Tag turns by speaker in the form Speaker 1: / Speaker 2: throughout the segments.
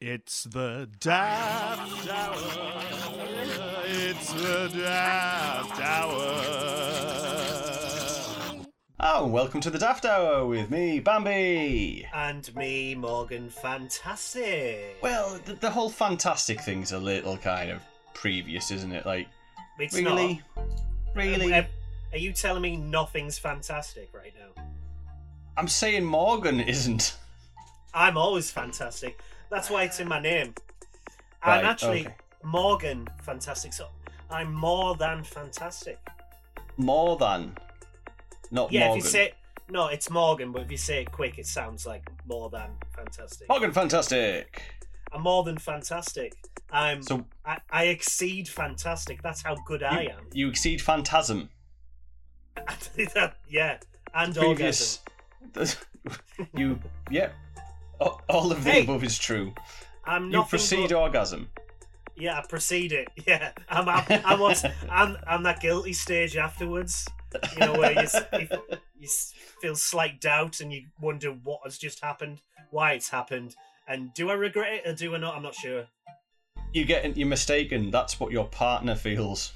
Speaker 1: It's the Daft Hour. It's the Daft Hour.
Speaker 2: Oh, and welcome to the Daft Hour with me, Bambi.
Speaker 3: And me, Morgan Fantastic.
Speaker 2: Well, the, the whole fantastic thing's a little kind of previous, isn't it? Like,
Speaker 3: it's
Speaker 2: really,
Speaker 3: not. Um,
Speaker 2: really.
Speaker 3: Are- Are you telling me nothing's fantastic right now?
Speaker 2: I'm saying Morgan isn't.
Speaker 3: I'm always fantastic. That's why it's in my name.
Speaker 2: Right,
Speaker 3: I'm actually
Speaker 2: okay.
Speaker 3: Morgan Fantastic. So I'm more than fantastic.
Speaker 2: more than, not
Speaker 3: Yeah,
Speaker 2: Morgan.
Speaker 3: if you say no, it's Morgan. But if you say it quick, it sounds like more than fantastic.
Speaker 2: Morgan, fantastic.
Speaker 3: I'm more than fantastic. I'm.
Speaker 2: So
Speaker 3: I, I exceed fantastic. That's how good I
Speaker 2: you,
Speaker 3: am.
Speaker 2: you exceed phantasm.
Speaker 3: yeah, and orgasm.
Speaker 2: Previous. you, yep. Yeah, all of the
Speaker 3: Hey.
Speaker 2: above is true.
Speaker 3: I'm
Speaker 2: You
Speaker 3: not
Speaker 2: proceed orgasm.
Speaker 3: Yeah, I proceed it. Yeah, I'm I'm I'm, what's- I'm, I'm that guilty stage afterwards. You know where you, s- you, f- you s- feel slight doubt and you wonder what has just happened, why it's happened, and do I regret it or do I not? I'm not sure.
Speaker 2: You get you're mistaken. That's what your partner feels.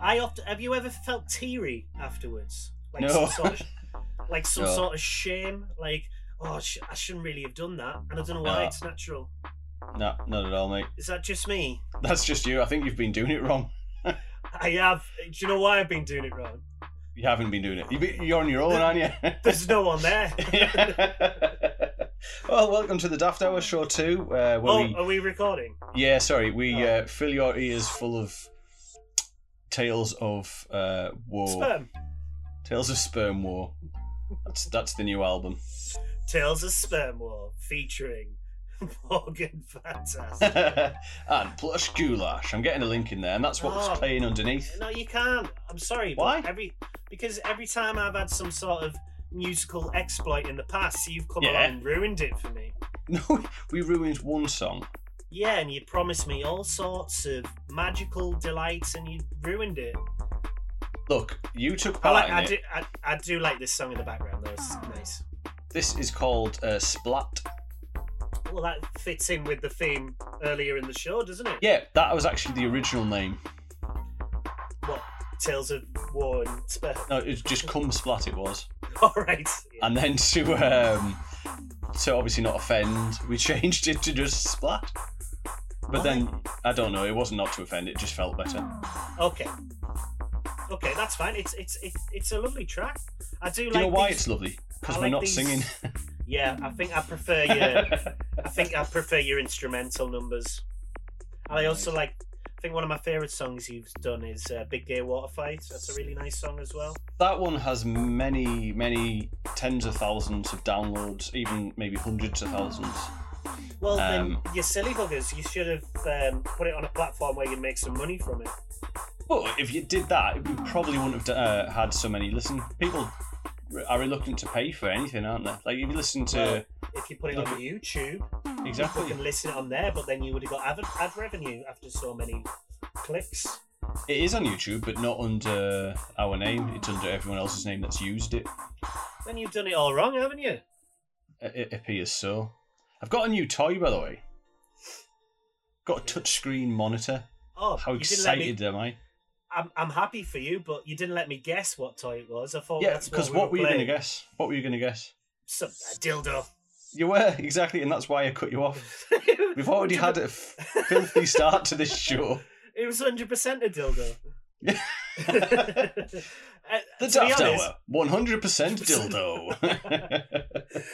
Speaker 3: I often have you ever felt teary afterwards, like
Speaker 2: No.
Speaker 3: some sort of, like some
Speaker 2: No.
Speaker 3: sort of shame, like oh I sh- I shouldn't really have done that, and I don't know why
Speaker 2: No.
Speaker 3: it's natural.
Speaker 2: No, not at all, mate.
Speaker 3: Is that just me?
Speaker 2: That's just you. I think you've been doing it wrong.
Speaker 3: I have. Do you know why I've been doing it wrong?
Speaker 2: You haven't been doing it. You've been- You're on your own, aren't you?
Speaker 3: There's no one there. Oh,
Speaker 2: well, welcome to the Daft Hour Show 2, uh, where
Speaker 3: oh,
Speaker 2: we...
Speaker 3: are we recording?
Speaker 2: Yeah, sorry, we
Speaker 3: Oh.
Speaker 2: uh, fill your ears full of tales of uh, war.
Speaker 3: Sperm.
Speaker 2: Tales of sperm war. That's, that's the new album.
Speaker 3: Tales of Sperm War featuring Morgan Fantastic.
Speaker 2: and Plush Goulash. I'm getting a link in there, and that's what
Speaker 3: Oh.
Speaker 2: was playing underneath.
Speaker 3: no, you can't. I'm sorry. but
Speaker 2: Why?
Speaker 3: Every because every time I've had some sort of musical exploit in the past, you've come
Speaker 2: Yeah.
Speaker 3: along and ruined it for me.
Speaker 2: No, we ruined one song.
Speaker 3: Yeah, and you promised me all sorts of magical delights, and you ruined it.
Speaker 2: Look, you took
Speaker 3: I
Speaker 2: part
Speaker 3: like.
Speaker 2: in
Speaker 3: I
Speaker 2: it.
Speaker 3: do. I, I do like this song in the background though. It's nice.
Speaker 2: This is called uh, Splat.
Speaker 3: Well, that fits in with the theme earlier in the show, doesn't it?
Speaker 2: Yeah, that was actually the original name.
Speaker 3: What Tales of War and Sperm?
Speaker 2: No, it's just Cum Splat it was.
Speaker 3: All right.
Speaker 2: And then to um to obviously not offend, we changed it to just Splat. But then I don't know, it wasn't not to offend, it just felt better.
Speaker 3: Okay. Okay, that's fine. It's it's it's, it's a lovely track. I do
Speaker 2: Do you
Speaker 3: like
Speaker 2: know why
Speaker 3: these-
Speaker 2: it's lovely? Because
Speaker 3: I
Speaker 2: we're
Speaker 3: like
Speaker 2: not
Speaker 3: these-
Speaker 2: singing.
Speaker 3: Yeah, I think I prefer your I think I prefer your instrumental numbers. And I also like I think one of my favorite songs you've done is uh, Big Day Water Fight. That's a really nice song as well.
Speaker 2: that one has many, many tens of thousands of downloads, even maybe hundreds of thousands.
Speaker 3: Well, then
Speaker 2: Um,
Speaker 3: you silly buggers, you should have um, put it on a platform where you make some money from it.
Speaker 2: But if you did that, we probably wouldn't have d- uh, had so many. Listen, people are reluctant to pay for anything, aren't they? Like if you listen to
Speaker 3: If you put it on
Speaker 2: Look-
Speaker 3: YouTube, you
Speaker 2: exactly,
Speaker 3: can listen on there, but then you would have got ad, ad revenue after so many clicks.
Speaker 2: it is on YouTube, but not under our name. It's under everyone else's name that's used it.
Speaker 3: Then you've done it all wrong, haven't you?
Speaker 2: It, it appears so. I've got a new toy, by the way. Got a touchscreen monitor.
Speaker 3: Oh,
Speaker 2: How
Speaker 3: you didn't let me-
Speaker 2: excited am I?
Speaker 3: I'm, I'm happy for you, but you didn't let me guess what toy it was. I thought
Speaker 2: yeah,
Speaker 3: Oh, that's
Speaker 2: because
Speaker 3: we
Speaker 2: what were you going to
Speaker 3: playing.
Speaker 2: guess? What were you going to guess?
Speaker 3: Some a dildo.
Speaker 2: You were exactly, and that's why I cut you off. We've already had a f- filthy start to this show.
Speaker 3: It was hundred percent a dildo.
Speaker 2: Yeah.
Speaker 3: Uh,
Speaker 2: The
Speaker 3: to be
Speaker 2: Daft
Speaker 3: honest,
Speaker 2: Hour, 100% dildo.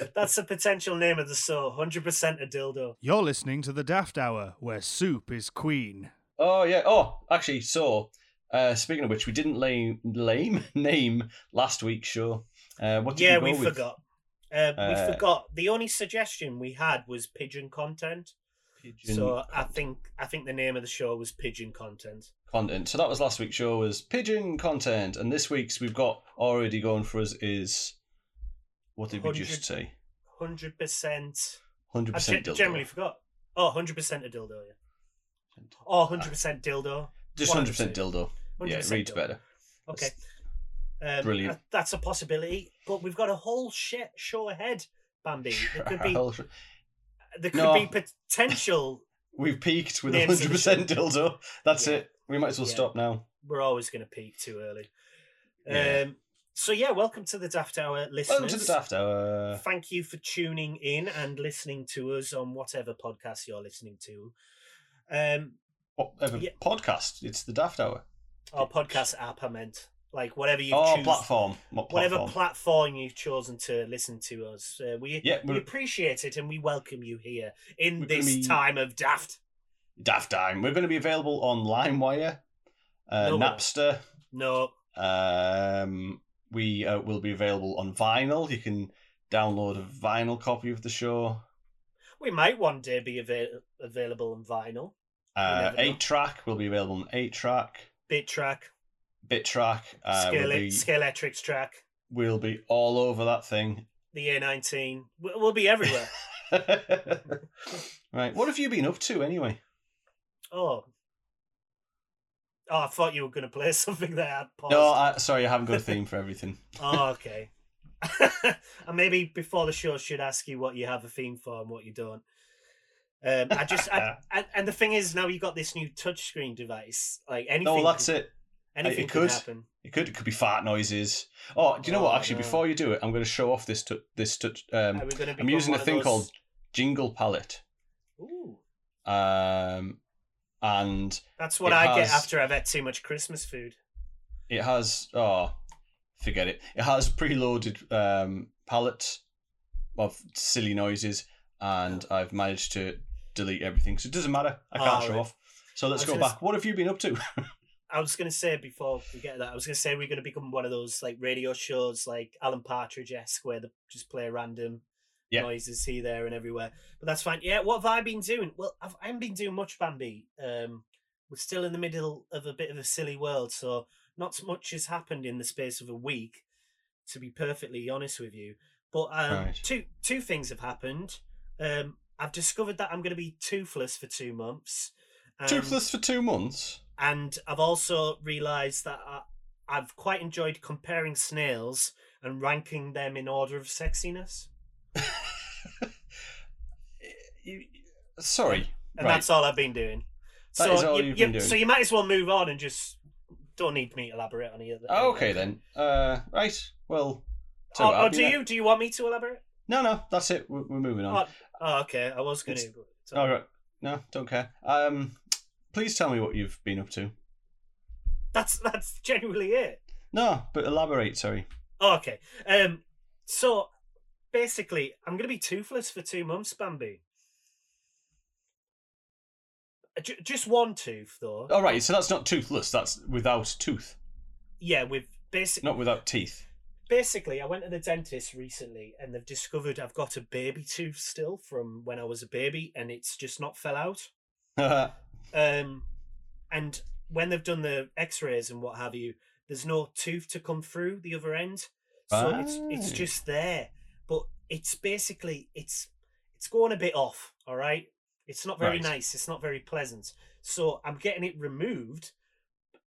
Speaker 3: That's the potential name of the show. Hundred percent a dildo.
Speaker 1: You're listening to the Daft Hour, where soup is queen.
Speaker 2: oh, yeah. Oh, actually, so, uh, speaking of which, we didn't lame, lame name last week's show. Uh, what did
Speaker 3: Yeah,
Speaker 2: you go
Speaker 3: we
Speaker 2: with?
Speaker 3: forgot. Uh,
Speaker 2: Uh,
Speaker 3: we forgot. The only suggestion we had was pigeon content.
Speaker 2: Pigeon
Speaker 3: so I think I think the name of the show was pigeon content.
Speaker 2: content. So that was last week's show was pigeon content, and this week's we've got already going for us is what did we just say?
Speaker 3: Hundred percent.
Speaker 2: Hundred
Speaker 3: I
Speaker 2: percent
Speaker 3: gen-
Speaker 2: dildo.
Speaker 3: generally forgot. Oh, 100% a dildo, yeah. Oh, 100% dildo.
Speaker 2: just hundred percent dildo.
Speaker 3: 100%
Speaker 2: Yeah, it reads
Speaker 3: dildo.
Speaker 2: better.
Speaker 3: Okay. Um,
Speaker 2: brilliant.
Speaker 3: that- That's a possibility, but we've got a whole shit show ahead, Bambi. There could be
Speaker 2: Charles-
Speaker 3: there could
Speaker 2: No.
Speaker 3: be potential.
Speaker 2: We've peaked with
Speaker 3: Names of the
Speaker 2: 100% dildo. That's
Speaker 3: Yeah.
Speaker 2: it. We might as well
Speaker 3: Yeah.
Speaker 2: stop now.
Speaker 3: We're always going to peak too early.
Speaker 2: Yeah.
Speaker 3: Um, so yeah, welcome to the Daft Hour listeners.
Speaker 2: Welcome to the Daft Hour. uh,
Speaker 3: Thank you for tuning in and listening to us on whatever podcast you're listening to. Um,
Speaker 2: Whatever
Speaker 3: Yeah.
Speaker 2: podcast. It's the Daft Hour.
Speaker 3: our podcast app, I meant, like whatever you
Speaker 2: Oh,
Speaker 3: choose,
Speaker 2: platform. What
Speaker 3: whatever
Speaker 2: platform?
Speaker 3: platform you've chosen to listen to us. Uh, we
Speaker 2: yeah,
Speaker 3: we
Speaker 2: we're
Speaker 3: appreciate it and we welcome you here in
Speaker 2: We're gonna
Speaker 3: this
Speaker 2: be-
Speaker 3: time of daft.
Speaker 2: Daft Time. We're going to be available on LimeWire, uh,
Speaker 3: No.
Speaker 2: Napster.
Speaker 3: No,
Speaker 2: Um, we uh, will be available on vinyl. You can download a vinyl copy of the show.
Speaker 3: we might one day be avail- available on vinyl,
Speaker 2: Uh,
Speaker 3: never know.
Speaker 2: eight track will be available on eight track,
Speaker 3: bit track,
Speaker 2: bit track. Uh,
Speaker 3: scale,
Speaker 2: we'll, be,
Speaker 3: Scaletrics track,
Speaker 2: we'll be all over that thing.
Speaker 3: the year 19. We- We'll be everywhere.
Speaker 2: right. What have you been up to anyway?
Speaker 3: oh. Oh, I thought you were going to play something there. I'd paused.
Speaker 2: No, I, sorry, I haven't got a theme for everything.
Speaker 3: Oh, okay. and maybe before the show, should ask you what you have a theme for and what you don't. Um, I just I, and, and the thing is now you got this new touchscreen device. Like anything,
Speaker 2: No, that's
Speaker 3: could-
Speaker 2: it.
Speaker 3: Anything
Speaker 2: It
Speaker 3: could.
Speaker 2: could.
Speaker 3: happen.
Speaker 2: It could. It could be fart noises. Oh, do you know
Speaker 3: Oh,
Speaker 2: what? Actually,
Speaker 3: no.
Speaker 2: before you do it, I'm going to show off this tu- this touch. Um,
Speaker 3: Are we gonna
Speaker 2: I'm
Speaker 3: become
Speaker 2: using a
Speaker 3: one of
Speaker 2: thing
Speaker 3: those-
Speaker 2: called Jingle Palette,
Speaker 3: Ooh,
Speaker 2: um, and
Speaker 3: that's what
Speaker 2: It
Speaker 3: I get
Speaker 2: has-
Speaker 3: after I've had too much Christmas food.
Speaker 2: it has oh forget it it has preloaded um palettes of silly noises and i've managed to delete everything so it doesn't matter i can't
Speaker 3: Oh,
Speaker 2: show
Speaker 3: right.
Speaker 2: off so let's
Speaker 3: was
Speaker 2: go
Speaker 3: gonna
Speaker 2: back what have you been up to
Speaker 3: I was gonna say before we get to that, I was gonna say we're gonna become one of those like radio shows like Alan Partridge esque where they just play random
Speaker 2: Yeah.
Speaker 3: noises here, there, and everywhere. But that's fine. Yeah, what have I been doing? Well, I've, I haven't been doing much, Bambi. Um, we're still in the middle of a bit of a silly world, so not so much has happened in the space of a week. To be perfectly honest with you, but um,
Speaker 2: Right.
Speaker 3: two two things have happened. Um, I've discovered that I'm going to be toothless for two months. Um,
Speaker 2: toothless for two months
Speaker 3: and I've also realised that I, I've quite enjoyed comparing snails and ranking them in order of sexiness.
Speaker 2: You- sorry
Speaker 3: And
Speaker 2: Right.
Speaker 3: that's all I've been doing.
Speaker 2: That
Speaker 3: so
Speaker 2: is all
Speaker 3: you,
Speaker 2: you've
Speaker 3: you-
Speaker 2: been doing.
Speaker 3: So you might as well move on and just don't need me to elaborate on either.
Speaker 2: okay then uh right well so
Speaker 3: Or, or
Speaker 2: I'll be
Speaker 3: Oh, do
Speaker 2: there.
Speaker 3: you? Do you want me to elaborate?
Speaker 2: no no that's it we're, we're moving on
Speaker 3: Oh, oh, okay. I was going
Speaker 2: It's-
Speaker 3: to.
Speaker 2: all right no don't care um please tell me what you've been up to
Speaker 3: That's that's genuinely it.
Speaker 2: no but elaborate sorry
Speaker 3: Okay. Um. So basically, I'm going to be toothless for two months, Bambi. Uh, ju- Just one tooth, though.
Speaker 2: All right, so that's not toothless. That's without tooth,
Speaker 3: Yeah, with basic.
Speaker 2: not without teeth.
Speaker 3: Basically, I went to the dentist recently, and they've discovered I've got a baby tooth still from when I was a baby, and it's just not fell out.
Speaker 2: Oh,
Speaker 3: Um, and when they've done the X-rays and what have you, there's no tooth to come through the other end, so it's it's
Speaker 2: Right.
Speaker 3: just there. But it's basically it's it's going a bit off. All right, it's not very
Speaker 2: Right.
Speaker 3: nice. It's not very pleasant. So I'm getting it removed,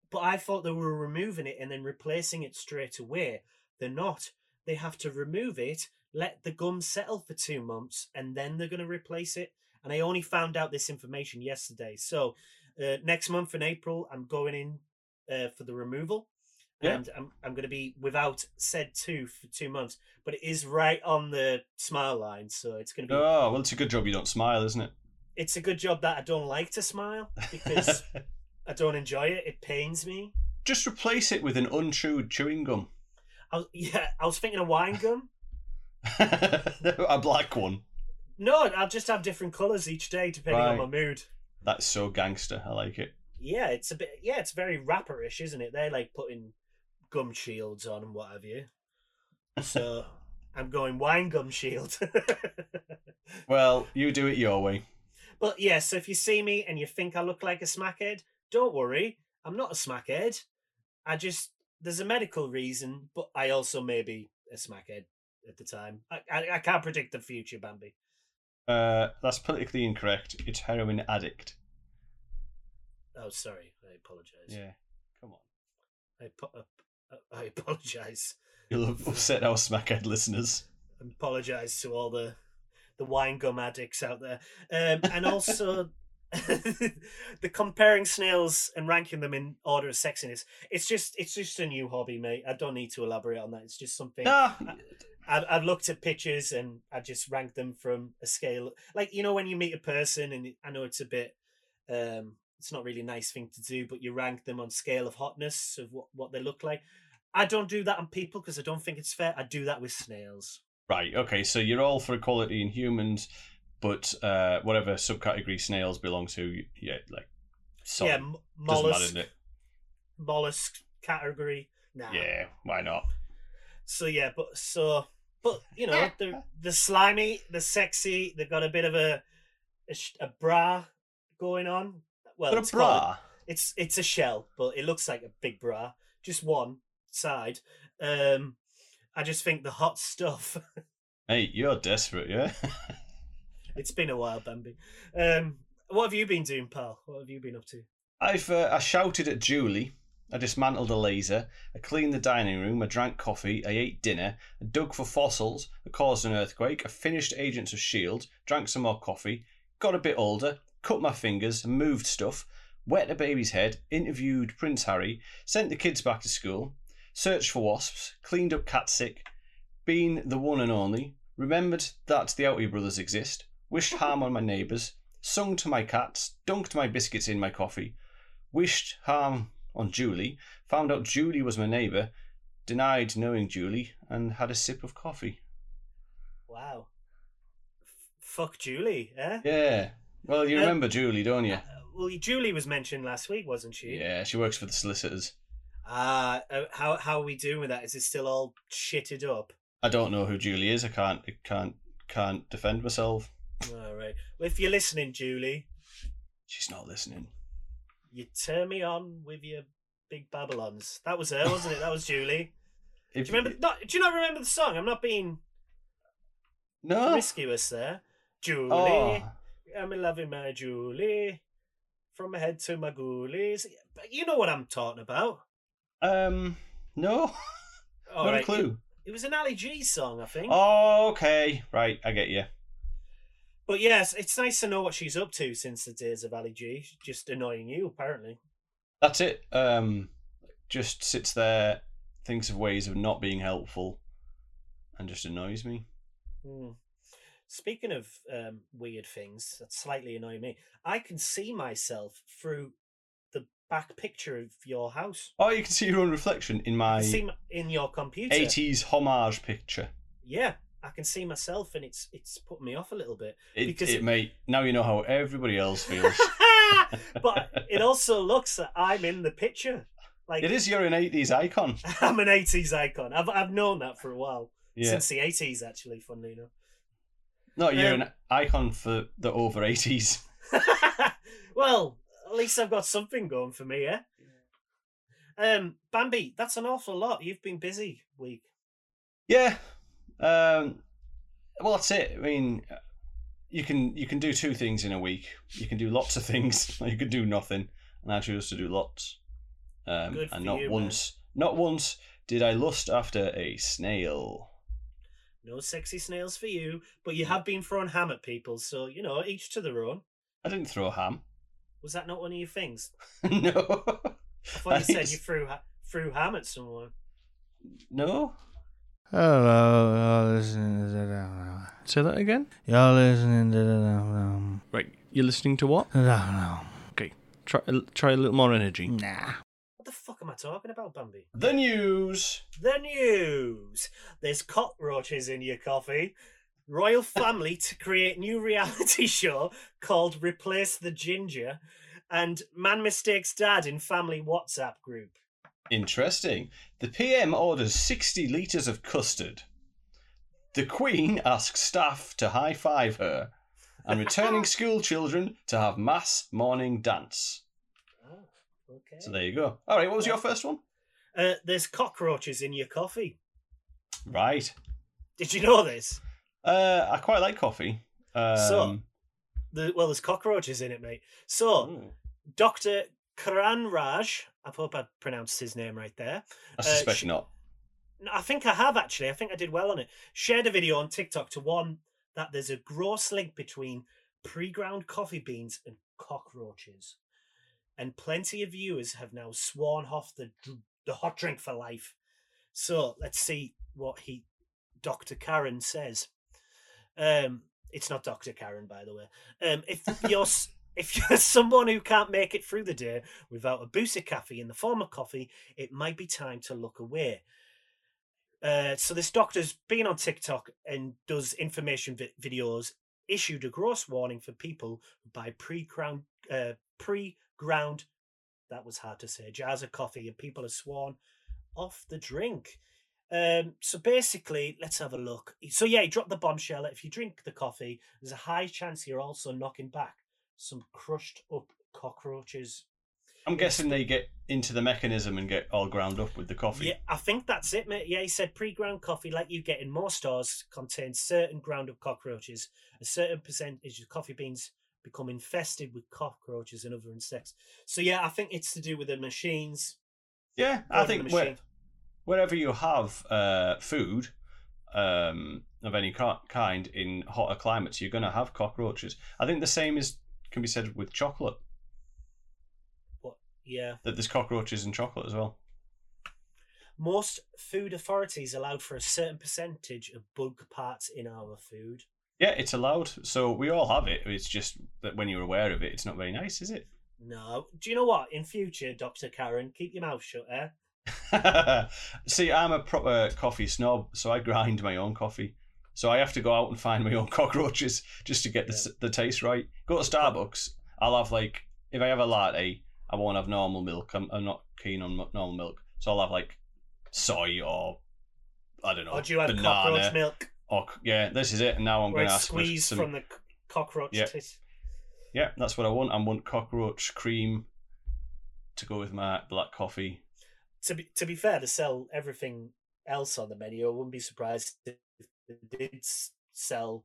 Speaker 3: but I thought they were removing it and then replacing it straight away. They're not. They have to remove it, let the gum settle for two months, and then they're going to replace it. And I only found out this information yesterday. So uh, next month in April, I'm going in uh, for the removal.
Speaker 2: Yeah.
Speaker 3: And I'm, I'm going to be without said tooth for two months, but it is right on the smile line. So it's going to be.
Speaker 2: oh well, it's a good job you don't smile, isn't it?
Speaker 3: It's a good job that I don't like to smile because I don't enjoy it. It pains me.
Speaker 2: Just replace it with an unchewed chewing gum,
Speaker 3: I was, yeah, I was thinking a wine gum.
Speaker 2: a black one.
Speaker 3: No, I'll just have different colours each day depending on my
Speaker 2: Right.
Speaker 3: mood.
Speaker 2: That's so gangster. I like it.
Speaker 3: Yeah, it's a bit. Yeah, it's very rapperish, isn't it? They're like putting gum shields on and what have you. So I'm going wine gum shield.
Speaker 2: Well, you do it your way.
Speaker 3: but yeah, so if you see me and you think I look like a smackhead, don't worry, I'm not a smackhead. I just there's a medical reason, but I also may be a smackhead at the time. I I, I can't predict the future, Bambi.
Speaker 2: Uh, that's politically incorrect. It's heroin addict.
Speaker 3: Oh, sorry, I apologize.
Speaker 2: Yeah, come on.
Speaker 3: I, apo- ap- I apologize.
Speaker 2: You'll have upset our smackhead listeners.
Speaker 3: apologize to all the the wine gum addicts out there, um, and also the comparing snails and ranking them in order of sexiness. It's just it's just a new hobby, mate. I don't need to elaborate on that. It's just something.
Speaker 2: Ah,
Speaker 3: I've, I've looked at pictures and I just rank them from a scale like you know when you meet a person and I know it's a bit um it's not really a nice thing to do but you rank them on scale of hotness of what, what they look like. I don't do that on people because I don't think it's fair. I do that with snails.
Speaker 2: right. Okay. So you're all for equality in humans, but uh, whatever subcategory snails belong to, yeah, like, sorry,
Speaker 3: Yeah,
Speaker 2: doesn't
Speaker 3: m-
Speaker 2: matter,
Speaker 3: mollusk
Speaker 2: doesn't it?
Speaker 3: mollusk category. Nah.
Speaker 2: Yeah. Why not?
Speaker 3: So yeah, but so but you know they're they're slimy, they're sexy, they've got a bit of a a, sh- a bra going on. Well,
Speaker 2: But
Speaker 3: it's
Speaker 2: a
Speaker 3: called
Speaker 2: bra.
Speaker 3: it's it's a shell, but it looks like a big bra, just one side. Um, I just think the hot stuff.
Speaker 2: Hey, you're desperate, yeah.
Speaker 3: it's been a while, Bambi. Um, what have you been doing, pal? What have you been up to?
Speaker 2: I've uh, I shouted at Julie. I dismantled a laser. I cleaned the dining room. I drank coffee. I ate dinner. I dug for fossils. I caused an earthquake. I finished Agents of Shield. E Drank some more coffee. Got a bit older. Cut my fingers. Moved stuff. Wet a baby's head. Interviewed Prince Harry. Sent the kids back to school. Searched for wasps. Cleaned up cat sick. Been the one and only. Remembered that the Outie brothers exist. Wished harm on my neighbours. Sung to my cats. Dunked my biscuits in my coffee wished harm on Julie, found out Julie was my neighbour, denied knowing Julie, and had a sip of coffee.
Speaker 3: Wow. F- fuck Julie, eh?
Speaker 2: Yeah. Well, you
Speaker 3: Uh,
Speaker 2: remember Julie, don't you?
Speaker 3: Uh, Well, Julie was mentioned last week, wasn't she?
Speaker 2: Yeah, she works for the solicitors.
Speaker 3: Ah, uh, how how are we doing with that? Is it still all shitted up?
Speaker 2: I don't know who Julie is. I can't, I can't, can't defend myself.
Speaker 3: All right. Well, if you're listening, Julie,
Speaker 2: She's not listening.
Speaker 3: you turn me on with your big Babylons. That was her, wasn't it? That was Julie.
Speaker 2: If,
Speaker 3: Do you remember? Not, do you not remember the song? I'm not being
Speaker 2: No.
Speaker 3: promiscuous there. Julie,
Speaker 2: Oh,
Speaker 3: I'm in love with my Julie, from my head to my ghoulies. But you know what I'm talking about.
Speaker 2: um, no.
Speaker 3: All
Speaker 2: not
Speaker 3: right,
Speaker 2: a clue.
Speaker 3: It, it was an Ali G song, I think.
Speaker 2: Oh, okay. Right, I get you.
Speaker 3: But yes, it's nice to know what she's up to since the days of Ali G. Just annoying you, apparently.
Speaker 2: That's it. Um, just sits there, thinks of ways of not being helpful, and just annoys me.
Speaker 3: Hmm. Speaking of um, weird things that slightly annoy me, I can see myself through the back picture of your house.
Speaker 2: Oh, you can see your own reflection in
Speaker 3: I
Speaker 2: my
Speaker 3: can see m- in your computer.
Speaker 2: '80s homage picture.
Speaker 3: yeah i can see myself and it's it's put me off a little bit
Speaker 2: It,
Speaker 3: Because
Speaker 2: it,
Speaker 3: it-
Speaker 2: mate. Now you know how everybody else feels.
Speaker 3: but it also looks that i'm in the picture like
Speaker 2: it is you're an '80s icon.
Speaker 3: i'm an 80s icon i've, I've known that for a while
Speaker 2: Yeah.
Speaker 3: since the 80s actually funnily
Speaker 2: no, you're
Speaker 3: um,
Speaker 2: an icon for the over '80s.
Speaker 3: enough well at least i've got something going for me yeah um bambi that's an awful lot you've been busy week
Speaker 2: Yeah. Um, well, that's it. I mean, you can you can do two things in a week. You can do lots of things. Or you can do nothing, and I chose to do lots. Um,
Speaker 3: Good
Speaker 2: and
Speaker 3: for
Speaker 2: not
Speaker 3: you, man.
Speaker 2: once, not once did I lust after a snail.
Speaker 3: no sexy snails for you but you have been throwing ham at people so you know each to their own
Speaker 2: I didn't throw ham.
Speaker 3: was that not one of your things
Speaker 2: no.
Speaker 3: I thought you said
Speaker 2: Nice.
Speaker 3: you threw ha- threw ham at someone.
Speaker 2: No.
Speaker 1: Hello, you're listening to the
Speaker 4: Say that again.
Speaker 1: You're listening to the
Speaker 4: Right. You're listening to what? Try try a little more energy.
Speaker 1: Nah.
Speaker 3: What the fuck am I talking about, Bambi?
Speaker 2: The news.
Speaker 3: The news. There's cockroaches in your coffee. Royal family to create new reality show called Replace the Ginger, and man mistakes dad in family WhatsApp group.
Speaker 2: Interesting. The PM orders 60 litres of custard. The Queen asks staff to high five her. And returning school children to have mass morning dance.
Speaker 3: Oh, okay.
Speaker 2: So there you go. All right, what was your first one?
Speaker 3: uh, there's cockroaches in your coffee.
Speaker 2: Right.
Speaker 3: Did you know this?
Speaker 2: Uh, I quite like coffee. Um,
Speaker 3: So- The, well, there's cockroaches in it, mate. So,
Speaker 2: ooh,
Speaker 3: Dr. Karanraj, I hope I pronounced his name right there.
Speaker 2: I suspect
Speaker 3: uh, sh-
Speaker 2: not.
Speaker 3: No, I think I have actually. I think I did well on it. Shared a video on TikTok to one that there's a gross link between pre ground coffee beans and cockroaches. And plenty of viewers have now sworn off the, dr- the hot drink for life. So let's see what he, Dr. Karen, says. Um, it's not Dr. Karen, by the way. Um, if you're s- if you're someone who can't make it through the day without a boost of caffeine in the form of coffee, it might be time to look away. Uh, so this doctor's been on TikTok and does information vi- videos. Issued a gross warning for people who buy pre-ground, uh, pre-ground. That was hard to say. Jars of coffee, and people are sworn off the drink. Um, so basically, let's have a look. So yeah, he dropped the bombshell. If you drink the coffee, there's a high chance you're also knocking back some crushed up cockroaches.
Speaker 2: I'm guessing they get into the mechanism and get all ground up with the coffee.
Speaker 3: Yeah, I think that's it, mate. Yeah, he said pre-ground coffee, like you get in more stores, contains certain ground-up cockroaches. A certain percentage of coffee beans become infested with cockroaches and other insects. So yeah, I think it's to do with the machines.
Speaker 2: Yeah, I
Speaker 3: Or the
Speaker 2: think where,
Speaker 3: machine.
Speaker 2: wherever you have uh, food um, of any ki- kind in hotter climates, you're going to have cockroaches. I think the same is can be said with chocolate.
Speaker 3: Yeah,
Speaker 2: That there's cockroaches in chocolate as well.
Speaker 3: most food authorities allowed for a certain percentage of bug parts in our food.
Speaker 2: Yeah, it's allowed. So we all have it. It's just that when you're aware of it, it's not very nice, is it?
Speaker 3: No, do you know what? In future, Doctor Karen, keep your mouth shut. Eh?
Speaker 2: See, I'm a proper coffee snob, so I grind my own coffee. So I have to go out and find my own cockroaches just to get the, s the taste right. Go to Starbucks, I'll have like if I have a latte, I won't have normal milk. I'm, I'm not keen on mu- normal milk, so I'll have like soy or I don't know
Speaker 3: Or do you have
Speaker 2: banana.
Speaker 3: cockroach milk,
Speaker 2: Or c- yeah, this is it. And now I'm
Speaker 3: where
Speaker 2: going to
Speaker 3: it's
Speaker 2: ask for
Speaker 3: squeezed
Speaker 2: some.
Speaker 3: from the c- cockroach
Speaker 2: Yeah.
Speaker 3: tit?
Speaker 2: Yeah, that's what I want. I want cockroach cream to go with my black coffee.
Speaker 3: to be to be fair, to sell everything else on the menu, I wouldn't be surprised if they did s- sell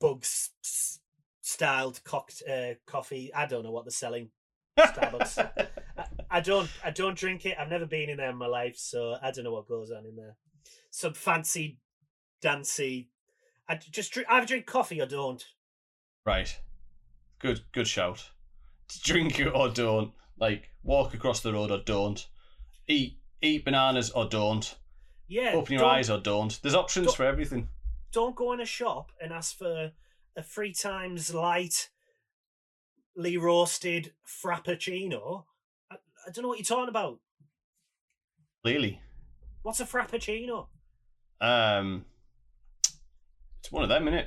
Speaker 3: bugs s- styled cocked uh, coffee. I don't know what they're selling. Starbucks. Uh, I, I don't I don't drink it. I've never been in there in my life, so I don't know what goes on in there. Some fancy, dancy. I j- just drink. I drink coffee or don't.
Speaker 2: Right. Good good shout. Drink it or don't. Like walk across the road or don't. Eat eat bananas or don't.
Speaker 3: Yeah.
Speaker 2: Open your
Speaker 3: don't-
Speaker 2: eyes or don't. There's options
Speaker 3: Don't-
Speaker 2: for everything.
Speaker 3: don't go in a shop and ask for a three times light, lee roasted frappuccino. I, I don't know what you're talking about.
Speaker 2: Clearly.
Speaker 3: What's a frappuccino?
Speaker 2: Um It's one of them, innit?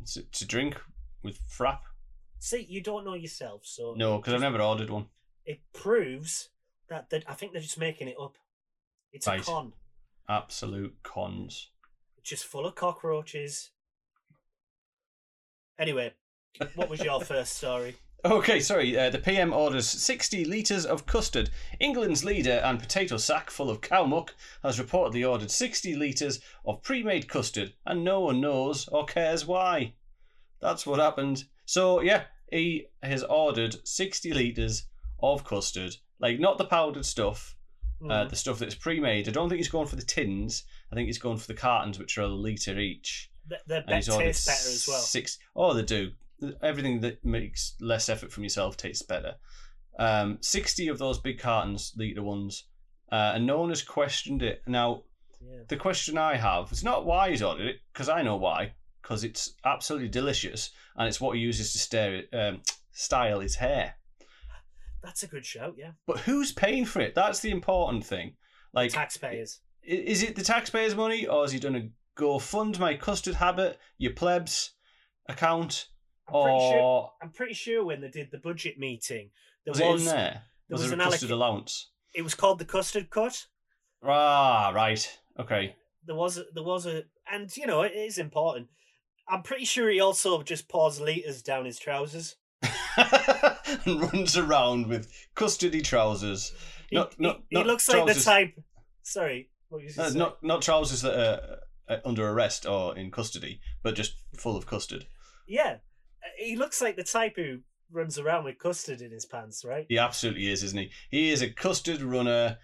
Speaker 2: It's a, it's a drink with frap.
Speaker 3: See, you don't know yourself, so
Speaker 2: No, because I've never ordered one.
Speaker 3: it proves that that I think they're just making it up. It's
Speaker 2: Right.
Speaker 3: a con,
Speaker 2: Absolute cons.
Speaker 3: just full of cockroaches. Anyway, what was your first story?
Speaker 2: Okay, sorry. Uh, the PM orders 60 litres of custard. England's leader and potato sack full of cow muck has reportedly ordered 60 litres of pre made custard, and no one knows or cares why. That's what happened. So, yeah, he has ordered 60 litres of custard. Like, not the powdered stuff, uh,
Speaker 3: Mm,
Speaker 2: the stuff that's pre made. I don't think he's going for the tins. I think he's going for the cartons, which are a litre each
Speaker 3: th- They're
Speaker 2: and
Speaker 3: bet-
Speaker 2: he's ordered
Speaker 3: taste better as well.
Speaker 2: Six. Oh, they do. Everything that makes less effort from yourself tastes better. Um, sixty of those big cartons, liter ones, uh, and no one has questioned it. Now,
Speaker 3: Yeah.
Speaker 2: the question I have is not why he's ordered it, because I know why. Because it's absolutely delicious, and it's what he uses to stare, um, style his hair.
Speaker 3: That's a good shout, yeah.
Speaker 2: But who's paying for it? That's the important thing. Like,
Speaker 3: Taxpayers.
Speaker 2: I- is it the taxpayers' money or has he done a go fund my custard habit, your plebs account,
Speaker 3: I'm pretty
Speaker 2: or
Speaker 3: sure I'm pretty sure when they did the budget meeting, there
Speaker 2: Oh, was,
Speaker 3: was,
Speaker 2: it in there?
Speaker 3: there
Speaker 2: was,
Speaker 3: was
Speaker 2: there
Speaker 3: an
Speaker 2: a custard
Speaker 3: alloc-
Speaker 2: allowance?
Speaker 3: it was called the custard cut.
Speaker 2: Ah, right. Okay.
Speaker 3: There was a- there was a and you know it is important. I'm pretty sure he also just pours liters down his trousers.
Speaker 2: and runs around with custardy trousers.
Speaker 3: He,
Speaker 2: Not-
Speaker 3: he-
Speaker 2: not-
Speaker 3: he
Speaker 2: not
Speaker 3: looks like the
Speaker 2: trousers.
Speaker 3: type. Sorry, what was you
Speaker 2: No,
Speaker 3: saying?
Speaker 2: Uh, not not trousers that are uh, under arrest or in custody, but just full of custard.
Speaker 3: Yeah, Uh, he looks like the type who runs around with custard in his pants, right?
Speaker 2: He absolutely is, isn't he? He is a custard runner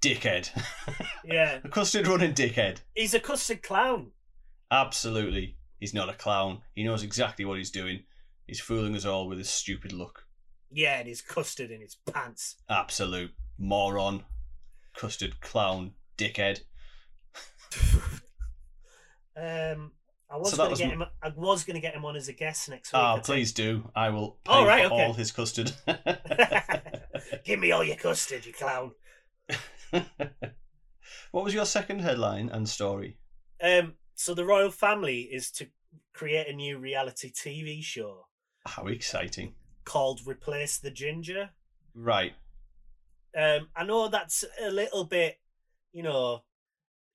Speaker 2: dickhead.
Speaker 3: Yeah,
Speaker 2: a custard running dickhead.
Speaker 3: he's a custard clown.
Speaker 2: Absolutely. He's not a clown. He knows exactly what he's doing. He's fooling us all with his stupid look.
Speaker 3: Yeah, and his custard in his pants.
Speaker 2: Absolute moron. Custard clown dickhead.
Speaker 3: Um, I was
Speaker 2: So that
Speaker 3: gonna
Speaker 2: was
Speaker 3: get
Speaker 2: m-
Speaker 3: him. I was gonna get him on as a guest next week. I
Speaker 2: Ah,
Speaker 3: think.
Speaker 2: please do. I will pay
Speaker 3: Oh, right,
Speaker 2: for
Speaker 3: okay.
Speaker 2: all his custard.
Speaker 3: Give me all your custard, you clown.
Speaker 2: what was your second headline and story?
Speaker 3: Um, so the royal family is to create a new reality TV show
Speaker 2: How exciting.
Speaker 3: called Replace the Ginger.
Speaker 2: Right.
Speaker 3: Um, I know that's a little bit, you know,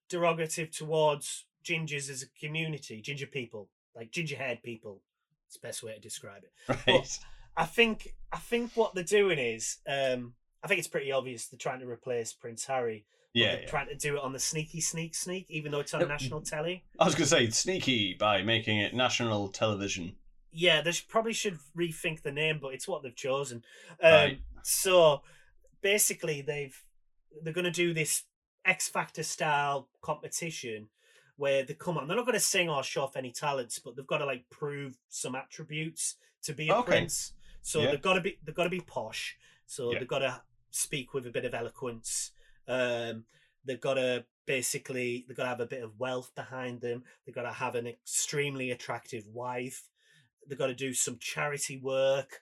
Speaker 3: derogative towards gingers as a community, ginger people, like ginger-haired people. It's the best way to describe it.
Speaker 2: Right.
Speaker 3: I think I think what they're doing is, um, I think it's pretty obvious they're trying to replace Prince Harry. but
Speaker 2: yeah.
Speaker 3: they're
Speaker 2: yeah.
Speaker 3: trying to do it on the sneaky sneak sneak, even though it's on
Speaker 2: Yep.
Speaker 3: national telly.
Speaker 2: I was going to say it's sneaky by making it national television.
Speaker 3: Yeah, they should, probably should rethink the name, but it's what they've chosen. Um,
Speaker 2: Right.
Speaker 3: So basically, they've they're going to do this X Factor style competition where they come on. They're not going to sing or show off any talents, but they've got to like prove some attributes to be a
Speaker 2: Okay.
Speaker 3: prince. So
Speaker 2: Yeah.
Speaker 3: they've got to be they've got to be posh. So
Speaker 2: Yeah.
Speaker 3: they've got to speak with a bit of eloquence. Um, they've got to basically they've got to have a bit of wealth behind them. They've got to have an extremely attractive wife. They've got to do some charity work.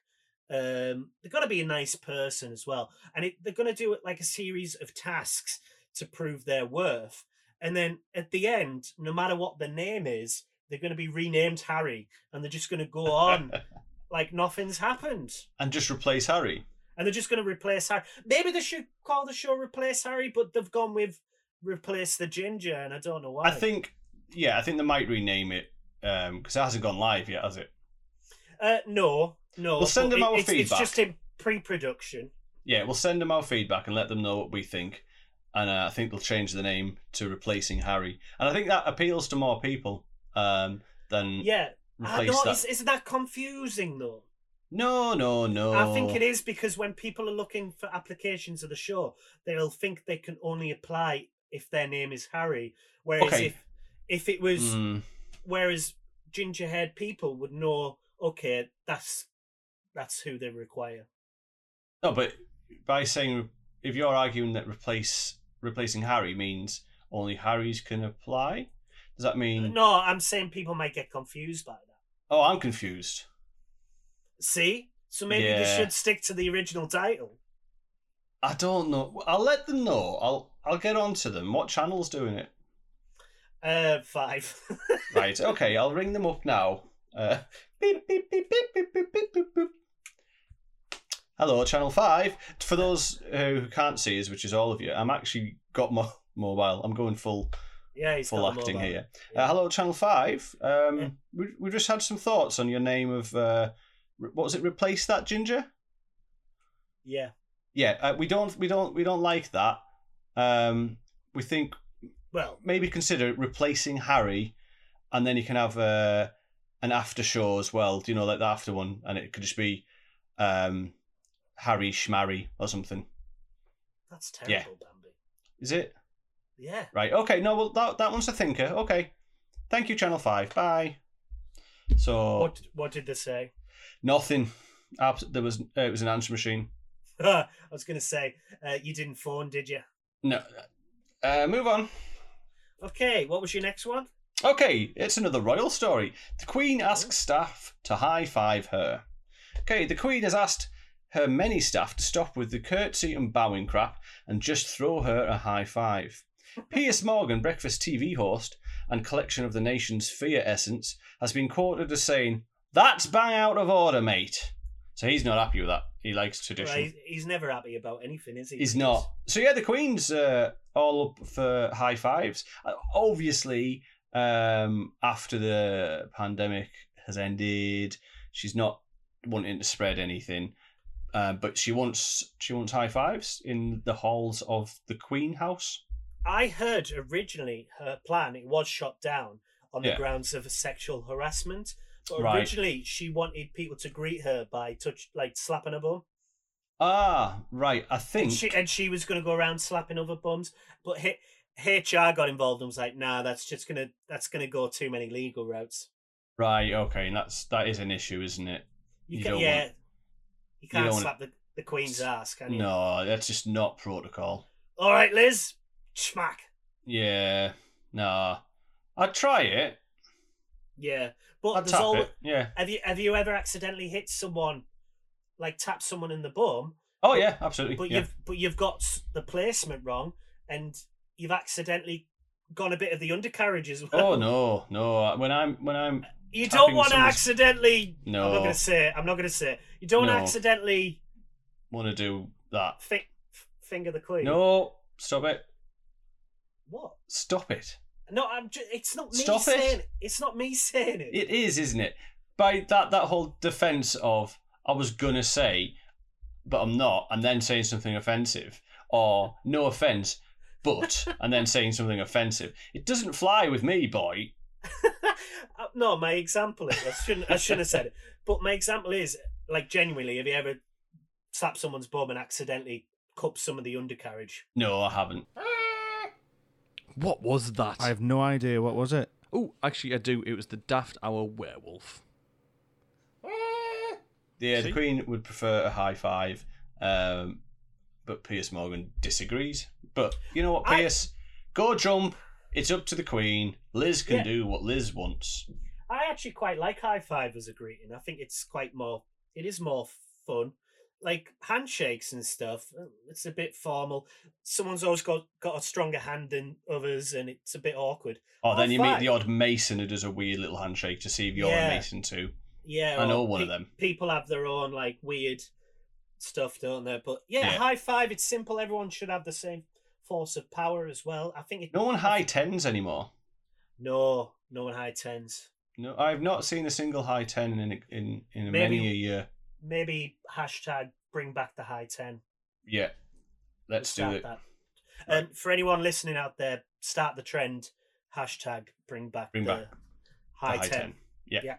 Speaker 3: Um, they've got to be a nice person as well. And it, they're going to do it like a series of tasks to prove their worth. And then at the end, no matter what the name is, they're going to be renamed Harry, and they're just going to go on like nothing's happened.
Speaker 2: and just replace Harry.
Speaker 3: And they're just going to replace Harry. Maybe they should call the show Replace Harry, but they've gone with Replace the Ginger, and I don't know why.
Speaker 2: I think, yeah, I think they might rename it because it hasn't gone live yet, has it?
Speaker 3: Uh, no, no.
Speaker 2: We'll send
Speaker 3: but
Speaker 2: them
Speaker 3: it-
Speaker 2: our
Speaker 3: it's, It's
Speaker 2: feedback.
Speaker 3: just in pre production.
Speaker 2: Yeah, we'll send them our feedback and let them know what we think. And uh, I think they'll change the name to replacing Harry. And I think that appeals to more people um, than
Speaker 3: Yeah. I
Speaker 2: replace
Speaker 3: know,
Speaker 2: that.
Speaker 3: is, isn't that confusing, though?
Speaker 2: No, no, no.
Speaker 3: I think it is because when people are looking for applications of the show, they'll think they can only apply if their name is Harry. Whereas
Speaker 2: Okay.
Speaker 3: if if it was
Speaker 2: Mm,
Speaker 3: whereas ginger haired people would know, okay, that's that's who they require.
Speaker 2: no, but by saying if you're arguing that replace replacing Harry means only Harrys can apply, does that mean?
Speaker 3: No, I'm saying people might get confused by that.
Speaker 2: Oh, I'm confused.
Speaker 3: See? So maybe they
Speaker 2: Yeah.
Speaker 3: should stick to the original title.
Speaker 2: I don't know. I'll let them know. I'll I'll get on to them. What channel's doing it?
Speaker 3: Uh five.
Speaker 2: Right. Okay. I'll ring them up now. Uh, beep, beep, beep, beep, beep, beep, beep, beep, beep. Hello, Channel Five. For those uh, who can't see us, which is all of you, I'm actually got mo- mobile. I'm going full
Speaker 3: yeah, he's
Speaker 2: full
Speaker 3: got them all
Speaker 2: acting
Speaker 3: back.
Speaker 2: here.
Speaker 3: Yeah.
Speaker 2: Uh, hello, Channel Five. Um,
Speaker 3: Yeah.
Speaker 2: we, we just had some thoughts on your name of uh, re- what was it? Replace that ginger.
Speaker 3: Yeah.
Speaker 2: Yeah, uh, we don't, we don't, we don't like that. Um, we think
Speaker 3: Well,
Speaker 2: maybe consider replacing Harry, and then you can have uh, an after show as well. Do you know like the after one, and it could just be um, Harry Schmarry or something.
Speaker 3: that's terrible,
Speaker 2: Yeah.
Speaker 3: Bambi.
Speaker 2: Is it
Speaker 3: Yeah.
Speaker 2: right? Okay, no, well that that one's a thinker. Okay, thank you, Channel Five. Bye. So
Speaker 3: What what did they say?
Speaker 2: nothing. Abs- there was uh, it was an answer machine.
Speaker 3: I was going to say, uh, you didn't phone, did you?
Speaker 2: No, uh, move on.
Speaker 3: Okay, what was your next one?
Speaker 2: Okay, it's another royal story. The Queen asks staff to high five her. Okay, the Queen has asked her many staff to stop with the curtsy and bowing crap and just throw her a high five. Piers Morgan, breakfast TV host and collection of the nation's fear essence, has been quoted as saying, That's bang out of order, mate. So he's not happy with that. He likes tradition.
Speaker 3: Well, he's, he's never happy about anything, is he?
Speaker 2: He's not. So yeah, the Queen's uh, all up for high fives. Uh, Obviously, um, after the pandemic has ended, she's not wanting to spread anything, uh, but she wants she wants high fives in the halls of the Queen House.
Speaker 3: I heard originally her plan, it was shot down on the
Speaker 2: Yeah.
Speaker 3: grounds of sexual harassment. But
Speaker 2: Right.
Speaker 3: originally, she wanted people to greet her by touch, like slapping her bum.
Speaker 2: Ah, right. I think.
Speaker 3: And she, and she was going to go around slapping other bums. But H- HR got involved and was like, nah, that's just going to that's gonna go too many legal routes.
Speaker 2: Right. Okay. And that's that is an issue, isn't it?
Speaker 3: You,
Speaker 2: You
Speaker 3: can,
Speaker 2: don't
Speaker 3: yeah,
Speaker 2: want-
Speaker 3: you can't
Speaker 2: don't want-
Speaker 3: slap the, the queen's ass, can you?
Speaker 2: No, that's just not protocol.
Speaker 3: All right, Liz, schmack.
Speaker 2: Yeah. Nah. I'd try it.
Speaker 3: Yeah, but
Speaker 2: I'd
Speaker 3: there's
Speaker 2: tap
Speaker 3: all.
Speaker 2: it. Yeah.
Speaker 3: Have you have you ever accidentally hit someone, like tap someone in the bum,
Speaker 2: Oh yeah, absolutely.
Speaker 3: but
Speaker 2: yeah.
Speaker 3: you've but you've got s- the placement wrong, and you've accidentally gone a bit of the undercarriage as well.
Speaker 2: Oh no, no. When I'm when I'm
Speaker 3: you don't
Speaker 2: tapping
Speaker 3: want to
Speaker 2: someone's-
Speaker 3: accidentally. I'm not
Speaker 2: no,
Speaker 3: gonna say. It. I'm not gonna say. It. You don't
Speaker 2: No.
Speaker 3: want to accidentally
Speaker 2: want to do that.
Speaker 3: fi- f- finger the queen.
Speaker 2: No, stop it.
Speaker 3: What?
Speaker 2: Stop it.
Speaker 3: No, I'm. Ju- it's not me
Speaker 2: Stop it.
Speaker 3: saying. It's not me saying it.
Speaker 2: It is, isn't it? By that that whole defense of I was gonna say, but I'm not, and then saying something offensive, or no offense, but and then saying something offensive. It doesn't fly with me, boy.
Speaker 3: Uh, no, my example is I shouldn't I shouldn't have said it. But my example is like genuinely, have you ever slapped someone's bum and accidentally cupped some of the undercarriage?
Speaker 2: No, I haven't.
Speaker 4: What was that?
Speaker 1: I have no idea what was it.
Speaker 4: Oh, actually, I do. It was the Daft Hour werewolf.
Speaker 2: Yeah,
Speaker 4: See?
Speaker 2: the Queen would prefer a high five, um, but Pierce Morgan disagrees. But you know what,
Speaker 3: I-
Speaker 2: Pierce? Go jump. It's up to the Queen. Liz can
Speaker 3: Yeah.
Speaker 2: do what Liz wants.
Speaker 3: I actually quite like high five as a greeting. I think it's quite more it is more fun. Like handshakes and stuff, uh, it's a bit formal. Someone's always got got a stronger hand than others, and it's a bit awkward.
Speaker 2: Oh, then
Speaker 3: High
Speaker 2: you meet
Speaker 3: five.
Speaker 2: the odd Mason who does a weird little handshake to see if you're
Speaker 3: Yeah.
Speaker 2: a Mason too.
Speaker 3: Yeah,
Speaker 2: I
Speaker 3: or
Speaker 2: know one of
Speaker 3: pe-
Speaker 2: them.
Speaker 3: People have their own like weird stuff, don't they? But yeah,
Speaker 2: Yeah.
Speaker 3: high five. It's simple. Everyone should have the same force of power as well. I think it.
Speaker 2: No one high tens anymore.
Speaker 3: No, no one high tens.
Speaker 2: No, I've not seen a single high ten in in in
Speaker 3: Maybe-
Speaker 2: many a year.
Speaker 3: Maybe hashtag bring back the high ten.
Speaker 2: Yeah, let's do
Speaker 3: Start
Speaker 2: it.
Speaker 3: that. Um, for anyone listening out there, start the trend. Hashtag bring back
Speaker 2: Bring
Speaker 3: the
Speaker 2: back The
Speaker 3: high, ten.
Speaker 2: Yeah.
Speaker 3: Yeah.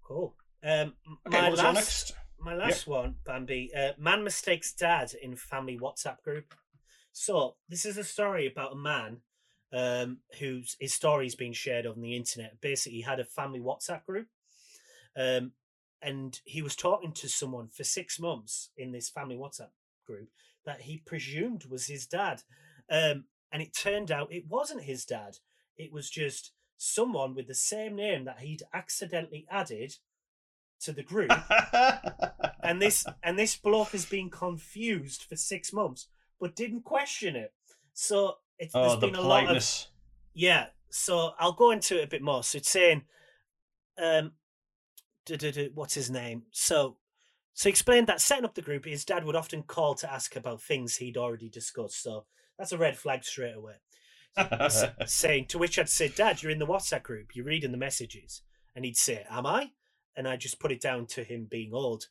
Speaker 3: Cool. Um, m-
Speaker 2: Okay,
Speaker 3: my
Speaker 2: what's your
Speaker 3: last
Speaker 2: next?
Speaker 3: My last one, Bambi. Uh, man mistakes dad in family WhatsApp group. So this is a story about a man um, whose his story's been shared on the internet. Basically, he had a family WhatsApp group, um, and he was talking to someone for six months in this family WhatsApp group that he presumed was his dad, um, and it turned out it wasn't his dad. It was just someone with the same name that he'd accidentally added to the group and this and this bloke has been confused for six months, but didn't question it. So it's
Speaker 2: oh,
Speaker 3: there's
Speaker 2: the
Speaker 3: been a lot of
Speaker 2: politeness.
Speaker 3: yeah. So I'll go into it a bit more. So it's saying, um, du-du-du, what's his name? So so he explained that setting up the group, his dad would often call to ask about things he'd already discussed. So that's a red flag straight away s- saying, to which I'd say, Dad, you're in the WhatsApp group, you're reading the messages. And he'd say, Am I? And I just put it down to him being old.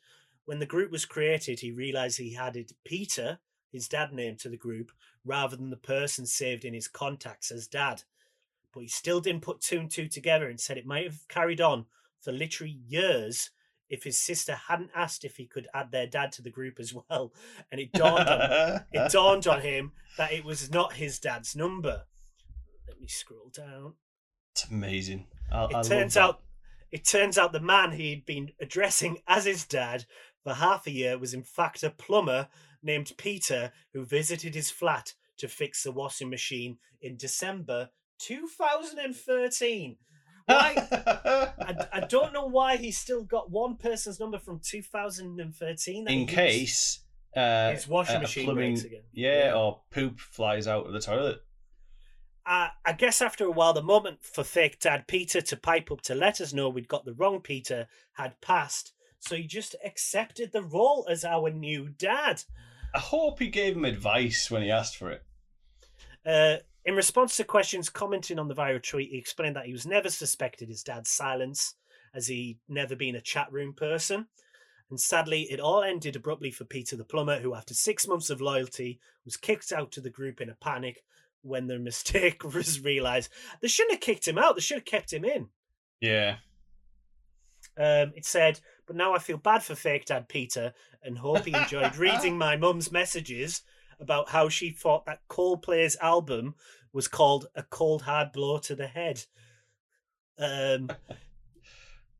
Speaker 3: When the group was created, he realized he added Peter, his dad name, to the group rather than the person saved in his contacts as dad. But he still didn't put two and two together and said it might have carried on for literally years if his sister hadn't asked if he could add their dad to the group as well. And it dawned on it dawned on him that it was not his dad's number. Let me scroll down.
Speaker 2: It's amazing. I, I
Speaker 3: It
Speaker 2: love
Speaker 3: turns
Speaker 2: that.
Speaker 3: out it turns out the man he'd been addressing as his dad for half a year was in fact a plumber named Peter who visited his flat to fix the washing machine in December 2013. Why I, I don't know why he still got one person's number from 2013 that he
Speaker 2: In
Speaker 3: used.
Speaker 2: case uh,
Speaker 3: His washing
Speaker 2: a
Speaker 3: machine breaks again.
Speaker 2: Yeah,
Speaker 3: Yeah.
Speaker 2: or poop flies out of the toilet.
Speaker 3: I, I guess after a while, the moment for fake dad Peter to pipe up to let us know we'd got the wrong Peter had passed. So he just accepted the role as our new dad.
Speaker 2: I hope he gave him advice when he asked for it.
Speaker 3: Uh, in response to questions commenting on the viral tweet, he explained that he was never suspected his dad's silence, as he'd never been a chat room person. And sadly, it all ended abruptly for Peter the plumber, who, after six months of loyalty, was kicked out of the group in a panic when the mistake was realised. They shouldn't have kicked him out, they should have kept him in.
Speaker 2: Yeah.
Speaker 3: Um, it said, but now I feel bad for fake dad Peter and hope he enjoyed reading my mum's messages about how she thought that Coldplay's album was called A Cold Hard Blow to the Head. Um,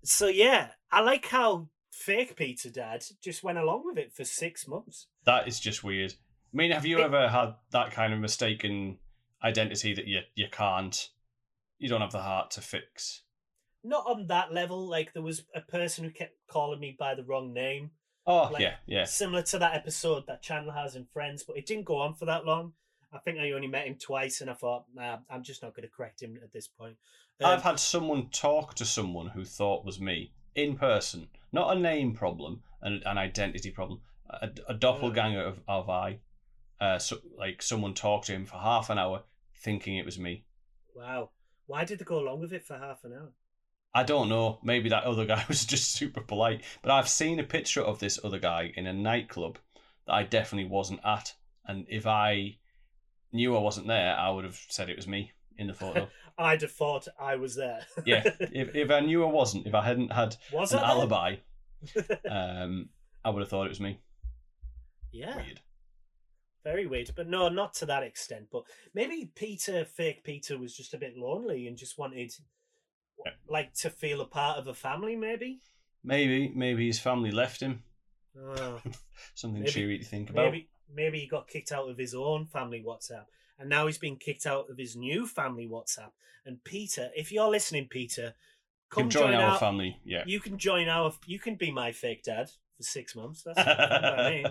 Speaker 3: so yeah, I like how fake Peter Dad just went along with it for six months.
Speaker 2: That is just weird. I mean, have you ever had that kind of mistaken identity that you you can't, you don't have the heart to fix?
Speaker 3: Not on that level. Like there was a person who kept calling me by the wrong name,
Speaker 2: Oh
Speaker 3: Like-
Speaker 2: yeah, yeah.
Speaker 3: similar to that episode that Chandler has in Friends, but it didn't go on for that long. I think I only met him twice, and I thought, nah, I'm just not going to correct him at this point. Um,
Speaker 2: I've had someone talk to someone who thought was me in person, not a name problem, an, an identity problem, a, a doppelganger of, of I. Uh, so, like someone talked to him for half an hour, thinking it was me.
Speaker 3: Wow, why did they go along with it for half an hour?
Speaker 2: I don't know. Maybe that other guy was just super polite, but I've seen a picture of this other guy in a nightclub that I definitely wasn't at, and if I knew I wasn't there, I would have said it was me in the photo.
Speaker 3: I'd have thought I was there.
Speaker 2: yeah, if if I knew I wasn't, if I hadn't had
Speaker 3: was
Speaker 2: an
Speaker 3: I there?
Speaker 2: alibi, um, I would have thought it was me.
Speaker 3: Yeah,
Speaker 2: Weird.
Speaker 3: very weird. But no, not to that extent. But maybe Peter, fake Peter, was just a bit lonely and just wanted,
Speaker 2: Yeah.
Speaker 3: like, to feel a part of a family. Maybe.
Speaker 2: Maybe, maybe his family left him.
Speaker 3: Oh,
Speaker 2: Something
Speaker 3: Maybe-
Speaker 2: cheery to think about.
Speaker 3: maybe maybe he got kicked out of his own family WhatsApp, and now he's been kicked out of his new family WhatsApp. And Peter, if you're listening, Peter,
Speaker 2: Come
Speaker 3: come
Speaker 2: join, our, family. Yeah.
Speaker 3: You can join our. You can be my fake dad for six months. That's not fun by me.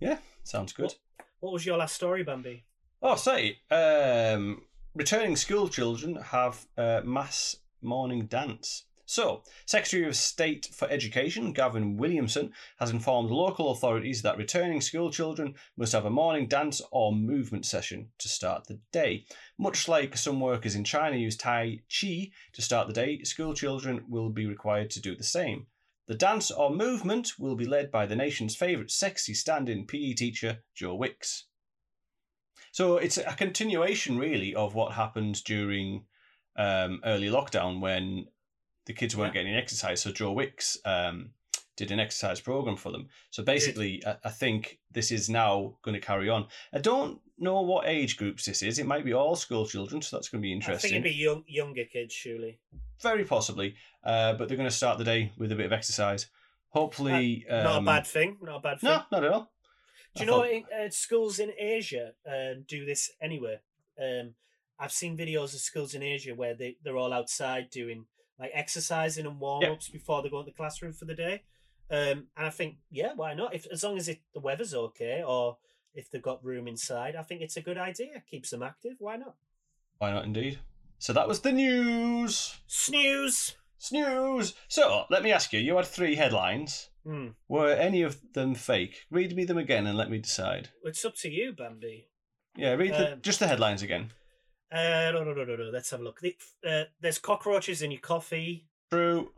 Speaker 2: yeah, sounds good.
Speaker 3: What was your last story, Bambi?
Speaker 2: Oh, say, um, returning school children have uh, mass morning dance. So, Secretary of State for Education Gavin Williamson has informed local authorities that returning school children must have a morning dance or movement session to start the day. Much like some workers in China use Tai Chi to start the day, school children will be required to do the same. The dance or movement will be led by the nation's favourite sexy stand in PE teacher, Joe Wicks. So it's a continuation, really, of what happened during um, early lockdown when the kids weren't getting any exercise. So Joe Wicks um, did an exercise program for them. So basically, I, I think this is now going to carry on. I don't know what age groups this is. It might be all school children, so that's going to be
Speaker 3: I think
Speaker 2: interesting.
Speaker 3: it'd be young, younger kids, surely.
Speaker 2: Very possibly, uh, but they're going to start the day with a bit of exercise. Hopefully,
Speaker 3: not a
Speaker 2: um,
Speaker 3: bad thing. Not a bad thing.
Speaker 2: No, not at all.
Speaker 3: Do you
Speaker 2: I
Speaker 3: know
Speaker 2: thought-
Speaker 3: what, in, uh, schools in Asia um, do this anyway? Um, I've seen videos of schools in Asia where they, they're all outside doing like exercising and warm ups before they go into the classroom for the day. Um, and I think, yeah, why not? If as long as it, the weather's okay, or if they've got room inside, I think it's a good idea. Keeps them active. Why not?
Speaker 2: Why not? Indeed. So that was the news.
Speaker 3: Snooze.
Speaker 2: Snooze. So let me ask you: you had three headlines.
Speaker 3: Hmm.
Speaker 2: Were any of them fake? Read me them again and let me decide.
Speaker 3: It's up to you, Bambi.
Speaker 2: Yeah, read the,
Speaker 3: Um,
Speaker 2: just the headlines again.
Speaker 3: Uh, no, no, no, no, no. Let's have a look. The, uh, there's cockroaches in your coffee.
Speaker 2: True.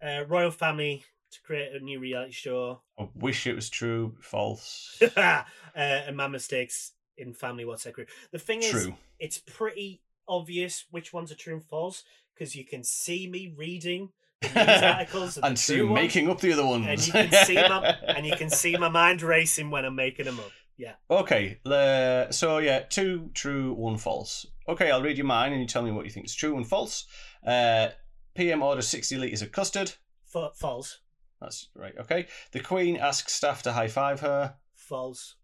Speaker 3: Uh, royal family to create a new reality show.
Speaker 2: I wish it was true. False.
Speaker 3: uh, and my mistakes in family WhatsApp group. The thing is,
Speaker 2: true.
Speaker 3: it's pretty obvious which ones are true and false because you can see me reading the news articles of the
Speaker 2: and so
Speaker 3: true
Speaker 2: you
Speaker 3: ones,
Speaker 2: making up the other ones.
Speaker 3: and you can see my and you can see my mind racing when I'm making them up. Yeah,
Speaker 2: Okay. le- so yeah, two true, one false. Okay, I'll read you mine and you tell me what you think is true and false. Uh, PM orders sixty liters of custard.
Speaker 3: Fa- false,
Speaker 2: That's right. Okay. The Queen asks staff to high five her.
Speaker 3: false,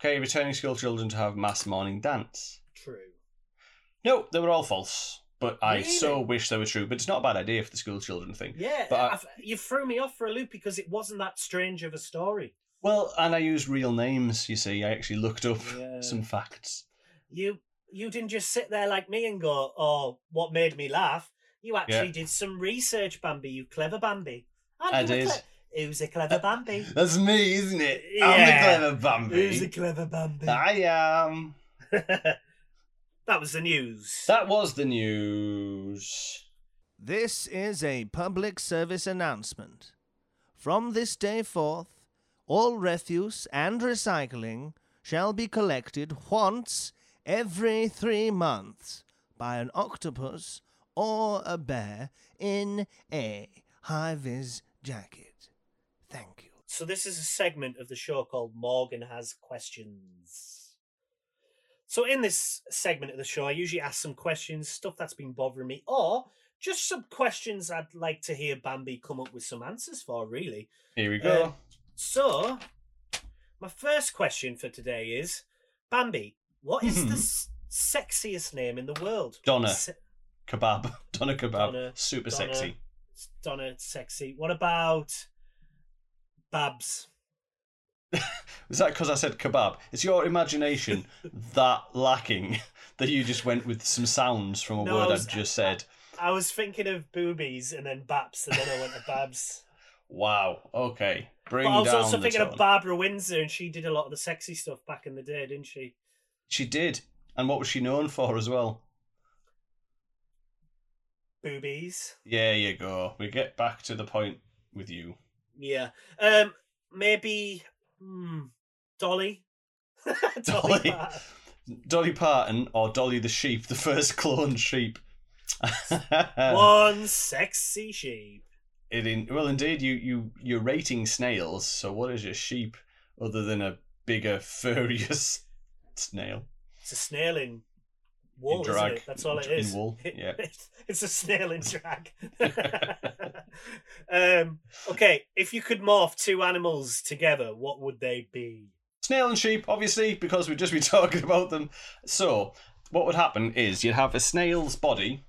Speaker 2: Okay, returning school children to have mass morning dance.
Speaker 3: true.
Speaker 2: No, they were all false. But I so
Speaker 3: Really?
Speaker 2: wish they were true. But it's not a bad idea for the school children thing.
Speaker 3: Yeah,
Speaker 2: But I-
Speaker 3: I've- you threw me off for a loop because it wasn't that strange of a story.
Speaker 2: Well, and I use real names, you see. I actually looked up
Speaker 3: Yeah.
Speaker 2: some facts.
Speaker 3: You you didn't just sit there like me and go, "Oh, what made me laugh?" You actually did some research, Bambi. You clever Bambi.
Speaker 2: I
Speaker 3: knew a
Speaker 2: did.
Speaker 3: cle- Who's a clever Bambi?
Speaker 2: That's me, isn't it?
Speaker 3: Yeah.
Speaker 2: I'm the clever Bambi.
Speaker 3: Who's a clever Bambi?
Speaker 2: I am.
Speaker 3: that was the news.
Speaker 2: That was the news.
Speaker 1: This is a public service announcement. From this day forth, all refuse and recycling shall be collected once every three months by an octopus or a bear in a high vis jacket. Thank you.
Speaker 3: So this is a segment of the show called Morgan Has Questions. So in this segment of the show, I usually ask some questions, stuff that's been bothering me, or just some questions I'd like to hear Bambi come up with some answers for, really.
Speaker 2: Here we go.
Speaker 3: So, my first question for today is Bambi, what is the s- sexiest name in the world?
Speaker 2: Mm-hmm. Donna.
Speaker 3: Se-
Speaker 2: kebab. Donna kebab.
Speaker 3: Donna-
Speaker 2: Super
Speaker 3: Donna.
Speaker 2: sexy.
Speaker 3: Donna, sexy. What about Babs?
Speaker 2: Is that because I said kebab? It's your imagination that lacking that you just went with some sounds from a
Speaker 3: No, I
Speaker 2: word
Speaker 3: was-
Speaker 2: I've just said.
Speaker 3: I was thinking of boobies and then Baps, and then I went to Babs.
Speaker 2: Wow. Okay. Bring
Speaker 3: but I was
Speaker 2: down
Speaker 3: also
Speaker 2: the
Speaker 3: thinking
Speaker 2: tone.
Speaker 3: of Barbara Windsor, and she did a lot of the sexy stuff back in the day, didn't she?
Speaker 2: She did. And what was she known for as well?
Speaker 3: Boobies.
Speaker 2: Yeah, you go. We get back to the point with you.
Speaker 3: Yeah. Um. Maybe. Hmm, Dolly.
Speaker 2: Dolly.
Speaker 3: Parton.
Speaker 2: Dolly Parton or Dolly the sheep, the first cloned sheep.
Speaker 3: One sexy sheep.
Speaker 2: It in, well, indeed, you you you're rating snails. So what is your sheep other than a bigger furious snail?
Speaker 3: It's a snail in wool,
Speaker 2: In
Speaker 3: isn't
Speaker 2: drag.
Speaker 3: it? That's all it
Speaker 2: In
Speaker 3: is.
Speaker 2: wool, yeah.
Speaker 3: it's a snail in drag. um. Okay. If you could morph two animals together, what would they be?
Speaker 2: Snail and sheep, obviously, because we'd just be talking about them. So what would happen is you'd have a snail's body,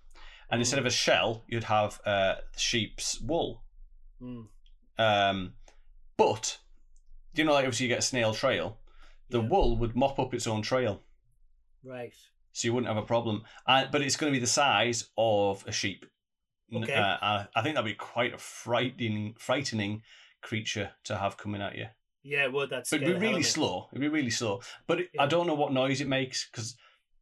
Speaker 2: and instead of a shell, you'd have uh, sheep's wool.
Speaker 3: Hmm.
Speaker 2: Um, but you know, like obviously you get a snail trail. The
Speaker 3: Yeah.
Speaker 2: wool would mop up its own trail,
Speaker 3: Right.
Speaker 2: so you wouldn't have a problem. Uh, but it's going to be the size of a sheep. N-
Speaker 3: Okay.
Speaker 2: Uh, I, I think that'd be quite a frightening, frightening creature to have coming at you.
Speaker 3: Yeah. Well, that's.
Speaker 2: But it'd be really slow. It'd be really slow. But it, I
Speaker 3: Yeah.
Speaker 2: don't know what noise it makes because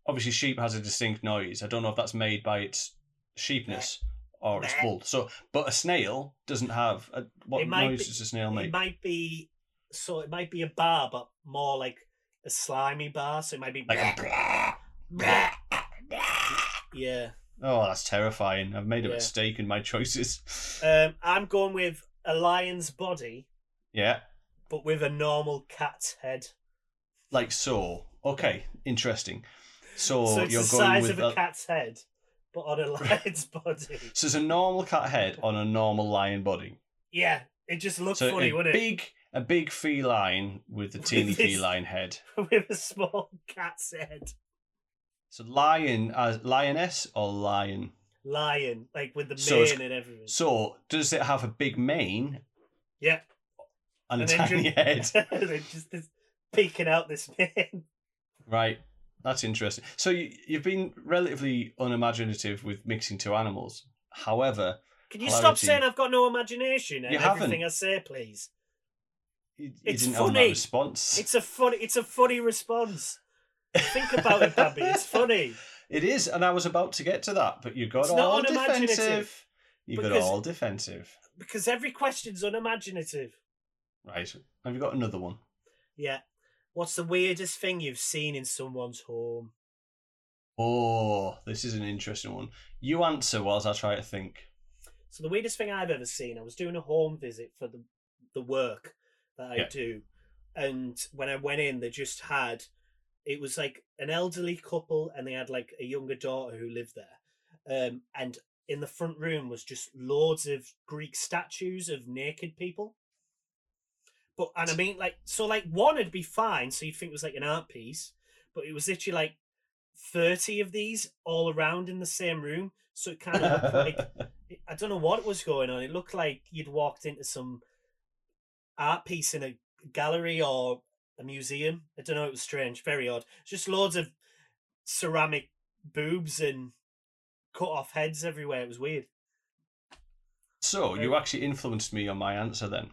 Speaker 2: obviously sheep has a distinct noise. I don't know if that's made by its sheepness or its
Speaker 3: Meh.
Speaker 2: wool. So, but a snail doesn't have a, what
Speaker 3: It might
Speaker 2: noise
Speaker 3: be-
Speaker 2: does a snail
Speaker 3: It
Speaker 2: make?
Speaker 3: might be so. It might be a bar, but more like a slimy bar. So it might be
Speaker 2: Like a-
Speaker 3: yeah.
Speaker 2: Oh, that's terrifying. I've made a
Speaker 3: Yeah.
Speaker 2: mistake in my choices.
Speaker 3: Um, I'm going with a lion's body,
Speaker 2: yeah,
Speaker 3: but with a normal cat's head.
Speaker 2: like so. Okay, interesting. So,
Speaker 3: so it's
Speaker 2: you're
Speaker 3: the
Speaker 2: going
Speaker 3: size
Speaker 2: with
Speaker 3: of a
Speaker 2: a-
Speaker 3: cat's head, but on a lion's body.
Speaker 2: So it's a normal cat head on a normal lion body.
Speaker 3: Yeah, it just looked
Speaker 2: So
Speaker 3: funny,
Speaker 2: a
Speaker 3: wouldn't it?
Speaker 2: big, a big feline with a
Speaker 3: With
Speaker 2: teeny
Speaker 3: this-
Speaker 2: feline head.
Speaker 3: with a small cat's head,
Speaker 2: So lion as lioness or lion.
Speaker 3: lion, like with the mane
Speaker 2: So it's-
Speaker 3: and everything.
Speaker 2: So does it have a big mane
Speaker 3: yeah,
Speaker 2: and a
Speaker 3: And then
Speaker 2: tiny
Speaker 3: ju-
Speaker 2: head?
Speaker 3: They're just this, peeking out this mane.
Speaker 2: Right. That's interesting. So you, you've been relatively unimaginative with mixing two animals. However,
Speaker 3: Can you stop
Speaker 2: Hilarity.
Speaker 3: saying I've got no imagination and
Speaker 2: You haven't.
Speaker 3: everything I say, please?
Speaker 2: you, you
Speaker 3: It's
Speaker 2: didn't have that
Speaker 3: funny.
Speaker 2: response.
Speaker 3: It's a funny. It's a funny response. Think about it, Bambi. It's funny.
Speaker 2: It is, and I was about to get to that, but you got
Speaker 3: It's not
Speaker 2: all
Speaker 3: unimaginative,
Speaker 2: defensive. You got
Speaker 3: because-
Speaker 2: all defensive.
Speaker 3: because every question's unimaginative.
Speaker 2: Right. Have you got another one?
Speaker 3: Yeah. What's the weirdest thing you've seen in someone's home?
Speaker 2: Oh, this is an interesting one. You answer whilst I try to think.
Speaker 3: So the weirdest thing I've ever seen, I was doing a home visit for the the work that I
Speaker 2: Yeah.
Speaker 3: do, and when I went in, they just had it was like an elderly couple, and they had like a younger daughter who lived there, um, and in the front room was just loads of Greek statues of naked people. But and I mean like so like one would be fine, so you'd think it was like an art piece, but it was literally like thirty of these all around in the same room, so it kind of looked like it- I don't know what was going on. It looked like you'd walked into some art piece in a gallery or a museum. I don't know. It was strange, very odd. Just loads of ceramic boobs and cut off heads everywhere. It was weird.
Speaker 2: So you actually influenced me on my answer then.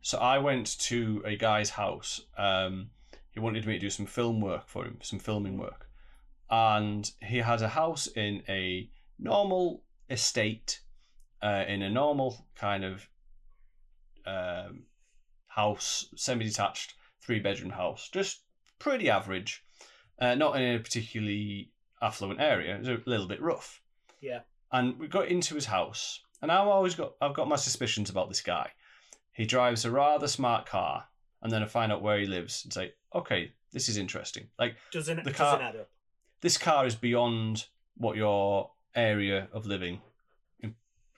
Speaker 2: So I went to a guy's house. Um, he wanted me to do some film work for him, some filming work, and he had a house in a normal estate, uh, in a normal kind of um, house, semi-detached, three-bedroom house, just pretty average, uh, not in a particularly affluent area. It was a little bit rough and we got into his house. And I've always got I've got my suspicions about this guy. He drives a rather smart car, and then I find out where he lives and say, okay, this is interesting. Like
Speaker 3: Doesn't
Speaker 2: The
Speaker 3: doesn't
Speaker 2: car-
Speaker 3: add up.
Speaker 2: this car is beyond what your area of living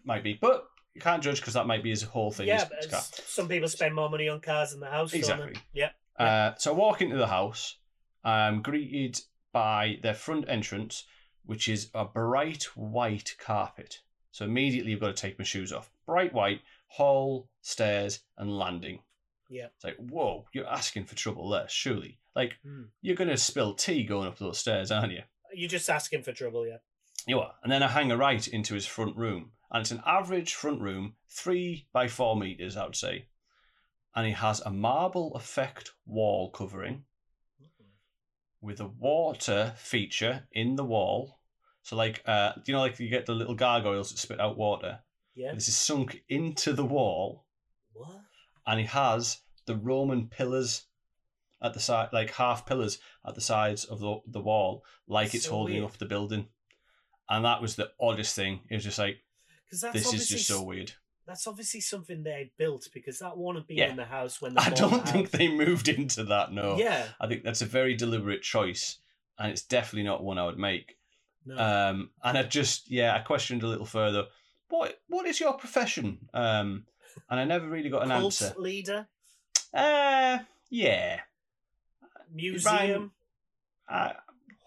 Speaker 2: might be, but you can't judge because that might be his whole thing.
Speaker 3: yeah,
Speaker 2: his-
Speaker 3: but
Speaker 2: his car.
Speaker 3: s- some people spend more money on cars than the house. don't they?
Speaker 2: Exactly.
Speaker 3: Yeah.
Speaker 2: Uh, so I walk into the house. I'm greeted by their front entrance, which is a bright white carpet. So immediately you've got to take my shoes off. Bright white, hall, stairs, and landing.
Speaker 3: Yeah.
Speaker 2: It's like, whoa, you're asking for trouble there, surely. Like,
Speaker 3: Hmm.
Speaker 2: you're going to spill tea going up those stairs, aren't you?
Speaker 3: You're just asking for trouble, yeah.
Speaker 2: You are. And then I hang a right into his front room. And it's an average front room, three by four metres, I would say. And it has a marble effect wall covering with a water feature in the wall. So, like, uh, do you know, like you get the little gargoyles that spit out water?
Speaker 3: Yeah.
Speaker 2: This is sunk into the wall.
Speaker 3: What?
Speaker 2: And it has the Roman pillars at the side, like half pillars at the sides of the, the wall, like it's
Speaker 3: So
Speaker 2: holding
Speaker 3: weird.
Speaker 2: up the building. And that was the oddest thing. It was just like,
Speaker 3: Because that's
Speaker 2: this is
Speaker 3: obviously
Speaker 2: just so weird.
Speaker 3: that's obviously something they built because that won't have been
Speaker 2: Yeah.
Speaker 3: in the house when they
Speaker 2: I
Speaker 3: bought
Speaker 2: don't
Speaker 3: the
Speaker 2: think
Speaker 3: house.
Speaker 2: they moved into that. No,
Speaker 3: Yeah.
Speaker 2: I think that's a very deliberate choice, and it's definitely not one I would make.
Speaker 3: No.
Speaker 2: Um, and I just, yeah, I questioned a little further. What What is your profession? Um, and I never really got an
Speaker 3: Cult
Speaker 2: answer.
Speaker 3: leader,
Speaker 2: Uh, yeah,
Speaker 3: museum.
Speaker 2: I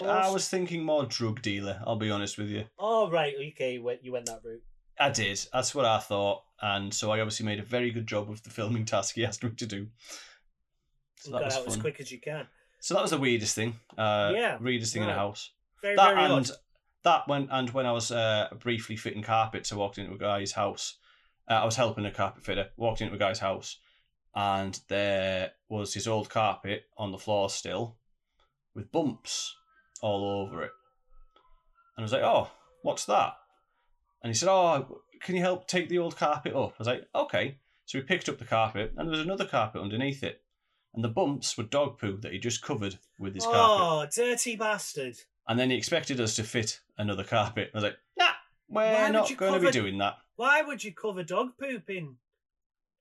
Speaker 2: I
Speaker 3: horse-
Speaker 2: was thinking more drug dealer. I'll be honest with you.
Speaker 3: Oh right, okay, you went, you went that route.
Speaker 2: I did. That's what I thought, and so I obviously made a very good job of the filming task he asked me to do. So
Speaker 3: You
Speaker 2: that
Speaker 3: got
Speaker 2: was
Speaker 3: out as
Speaker 2: fun.
Speaker 3: quick as you can.
Speaker 2: So that was the weirdest thing. Uh,
Speaker 3: Yeah,
Speaker 2: weirdest thing in
Speaker 3: right.
Speaker 2: a house.
Speaker 3: Very
Speaker 2: that
Speaker 3: very
Speaker 2: and
Speaker 3: odd.
Speaker 2: that when and when I was uh, briefly fitting carpets, I walked into a guy's house. Uh, I was helping a carpet fitter. Walked into a guy's house, and there was his old carpet on the floor still, with bumps all over it. And I was like, "Oh, what's that?" And he said, "Oh, can you help take the old carpet up?" I was like, "Okay." So we picked up the carpet, and there was another carpet underneath it, and the bumps were dog poo that he just covered with his carpet.
Speaker 3: Oh, dirty bastard!
Speaker 2: And then he expected us to fit another carpet. I was like, nah, we're
Speaker 3: Why would
Speaker 2: not
Speaker 3: you
Speaker 2: going to
Speaker 3: cover-
Speaker 2: be doing that
Speaker 3: Why would you cover dog poop in?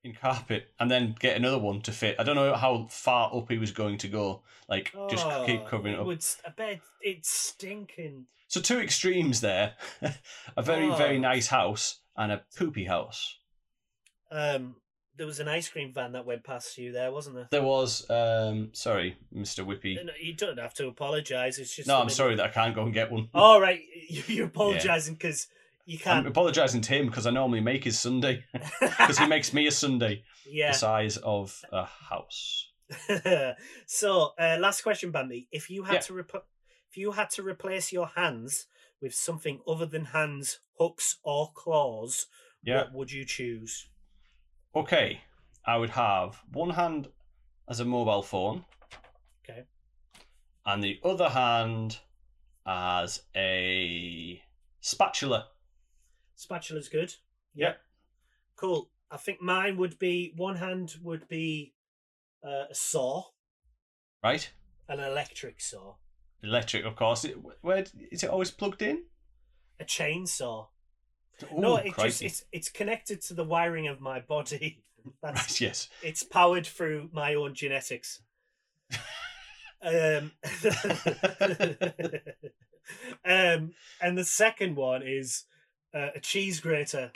Speaker 2: in carpet. And then get another one to fit. I don't know how far up he was going to go. Like, just
Speaker 3: Oh,
Speaker 2: keep covering it
Speaker 3: it
Speaker 2: up.
Speaker 3: Would, I bet it's stinking.
Speaker 2: So, two extremes there a very, very
Speaker 3: Oh.
Speaker 2: nice house and a poopy house.
Speaker 3: Um, there was an ice cream van that went past you there, wasn't there?
Speaker 2: There was, um, sorry, Mr. Whippy.
Speaker 3: No, you don't have to apologise. It's just
Speaker 2: No,
Speaker 3: the
Speaker 2: I'm
Speaker 3: minute-
Speaker 2: sorry that I can't go and get one.
Speaker 3: All right, you- you're apologising because you
Speaker 2: I'm
Speaker 3: can't.
Speaker 2: apologising to him because I normally make his Sunday because he makes me a Sunday
Speaker 3: yeah.
Speaker 2: the size of a house.
Speaker 3: so, uh, last question, Bambi. If you had
Speaker 2: Yeah.
Speaker 3: to rep- if you had to replace your hands with something other than hands, hooks, or claws,
Speaker 2: Yeah.
Speaker 3: what would you choose?
Speaker 2: Okay, I would have one hand as a mobile phone.
Speaker 3: Okay.
Speaker 2: And the other hand as a spatula.
Speaker 3: Spatula's good.
Speaker 2: Yeah.
Speaker 3: Cool. I think mine would be one hand would be uh, a saw,
Speaker 2: Right?
Speaker 3: an electric saw,
Speaker 2: Electric, of course. It, where is it always plugged in?
Speaker 3: a chainsaw.
Speaker 2: Ooh,
Speaker 3: no, it just
Speaker 2: crikey.
Speaker 3: it's it's connected to the wiring of my body. That's
Speaker 2: Right, yes.
Speaker 3: it's powered through my own genetics. um, um, and the second one is uh, a cheese grater.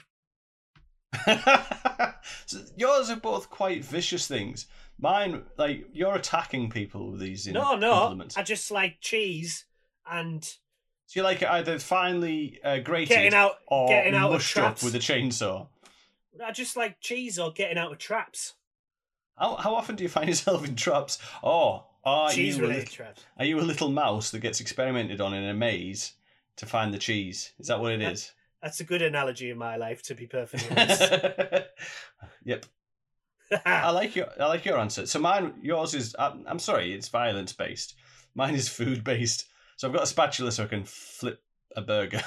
Speaker 2: so yours are both quite vicious things. Mine, like you're attacking people with these. You
Speaker 3: no,
Speaker 2: know,
Speaker 3: no,
Speaker 2: compliments.
Speaker 3: I just like cheese and
Speaker 2: So you like it either finely uh, grated
Speaker 3: getting out,
Speaker 2: or
Speaker 3: getting out of
Speaker 2: mushed up
Speaker 3: traps.
Speaker 2: Oh, with a chainsaw.
Speaker 3: I just like cheese or getting out of traps.
Speaker 2: How, how often do you find yourself in traps? Oh, are
Speaker 3: cheese
Speaker 2: you a
Speaker 3: related
Speaker 2: little,
Speaker 3: traps.
Speaker 2: are you a little mouse that gets experimented on in a maze to find the cheese? Is that what it is?
Speaker 3: That's a good analogy in my life, to be perfectly honest.
Speaker 2: yep, I like your I like your answer. So mine, yours is I'm, I'm sorry, it's violence based. Mine is food based. So I've got a spatula so I can flip a burger,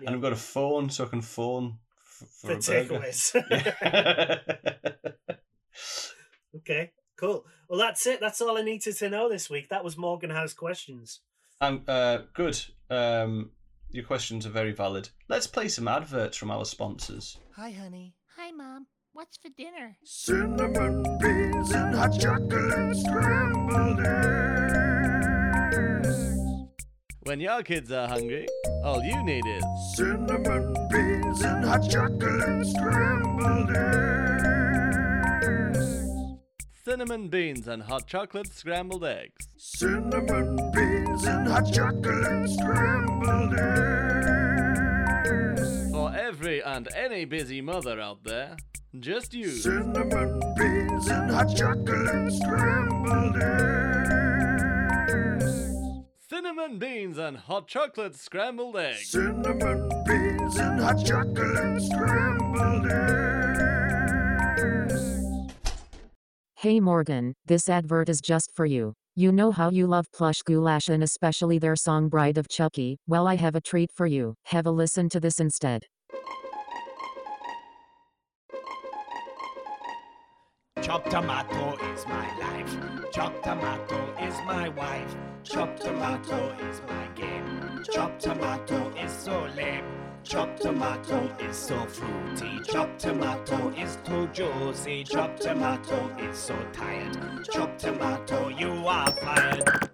Speaker 3: Yeah.
Speaker 2: and I've got a phone so I can phone f-
Speaker 3: for
Speaker 2: for, a burger.
Speaker 3: takeaways.
Speaker 2: Yeah.
Speaker 3: okay, cool. Well, that's it. That's all I needed to know this week. That was Morgan House questions.
Speaker 2: Um, uh, good. Um, your questions are very valid. Let's play some adverts from our sponsors.
Speaker 1: Hi, honey.
Speaker 5: Hi, Mom. What's for dinner?
Speaker 6: Cinnamon beans and hot chocolate scrambled eggs.
Speaker 4: When your kids are hungry, all you need is.
Speaker 6: Cinnamon beans and hot chocolate scrambled eggs.
Speaker 4: Cinnamon beans and hot chocolate scrambled eggs.
Speaker 6: Cinnamon beans and hot chocolate scrambled eggs.
Speaker 4: For every and any busy mother out there, just use
Speaker 6: Cinnamon beans and hot chocolate scrambled eggs.
Speaker 4: cinnamon beans and hot chocolate scrambled eggs.
Speaker 6: Cinnamon beans and hot chocolate scrambled eggs.
Speaker 7: Hey Morgan, this advert is just for you. You know how you love plush goulash and especially their song Bride of Chucky. Well, I have a treat for you. Have a listen to this instead.
Speaker 8: Chopped tomato is my life. Chopped tomato is my wife. Chopped tomato is my game. Chopped tomato is so lame. Chopped tomato is so fruity. Chopped tomato is too juicy. Chopped tomato is so tired. Chopped tomato, you are fired.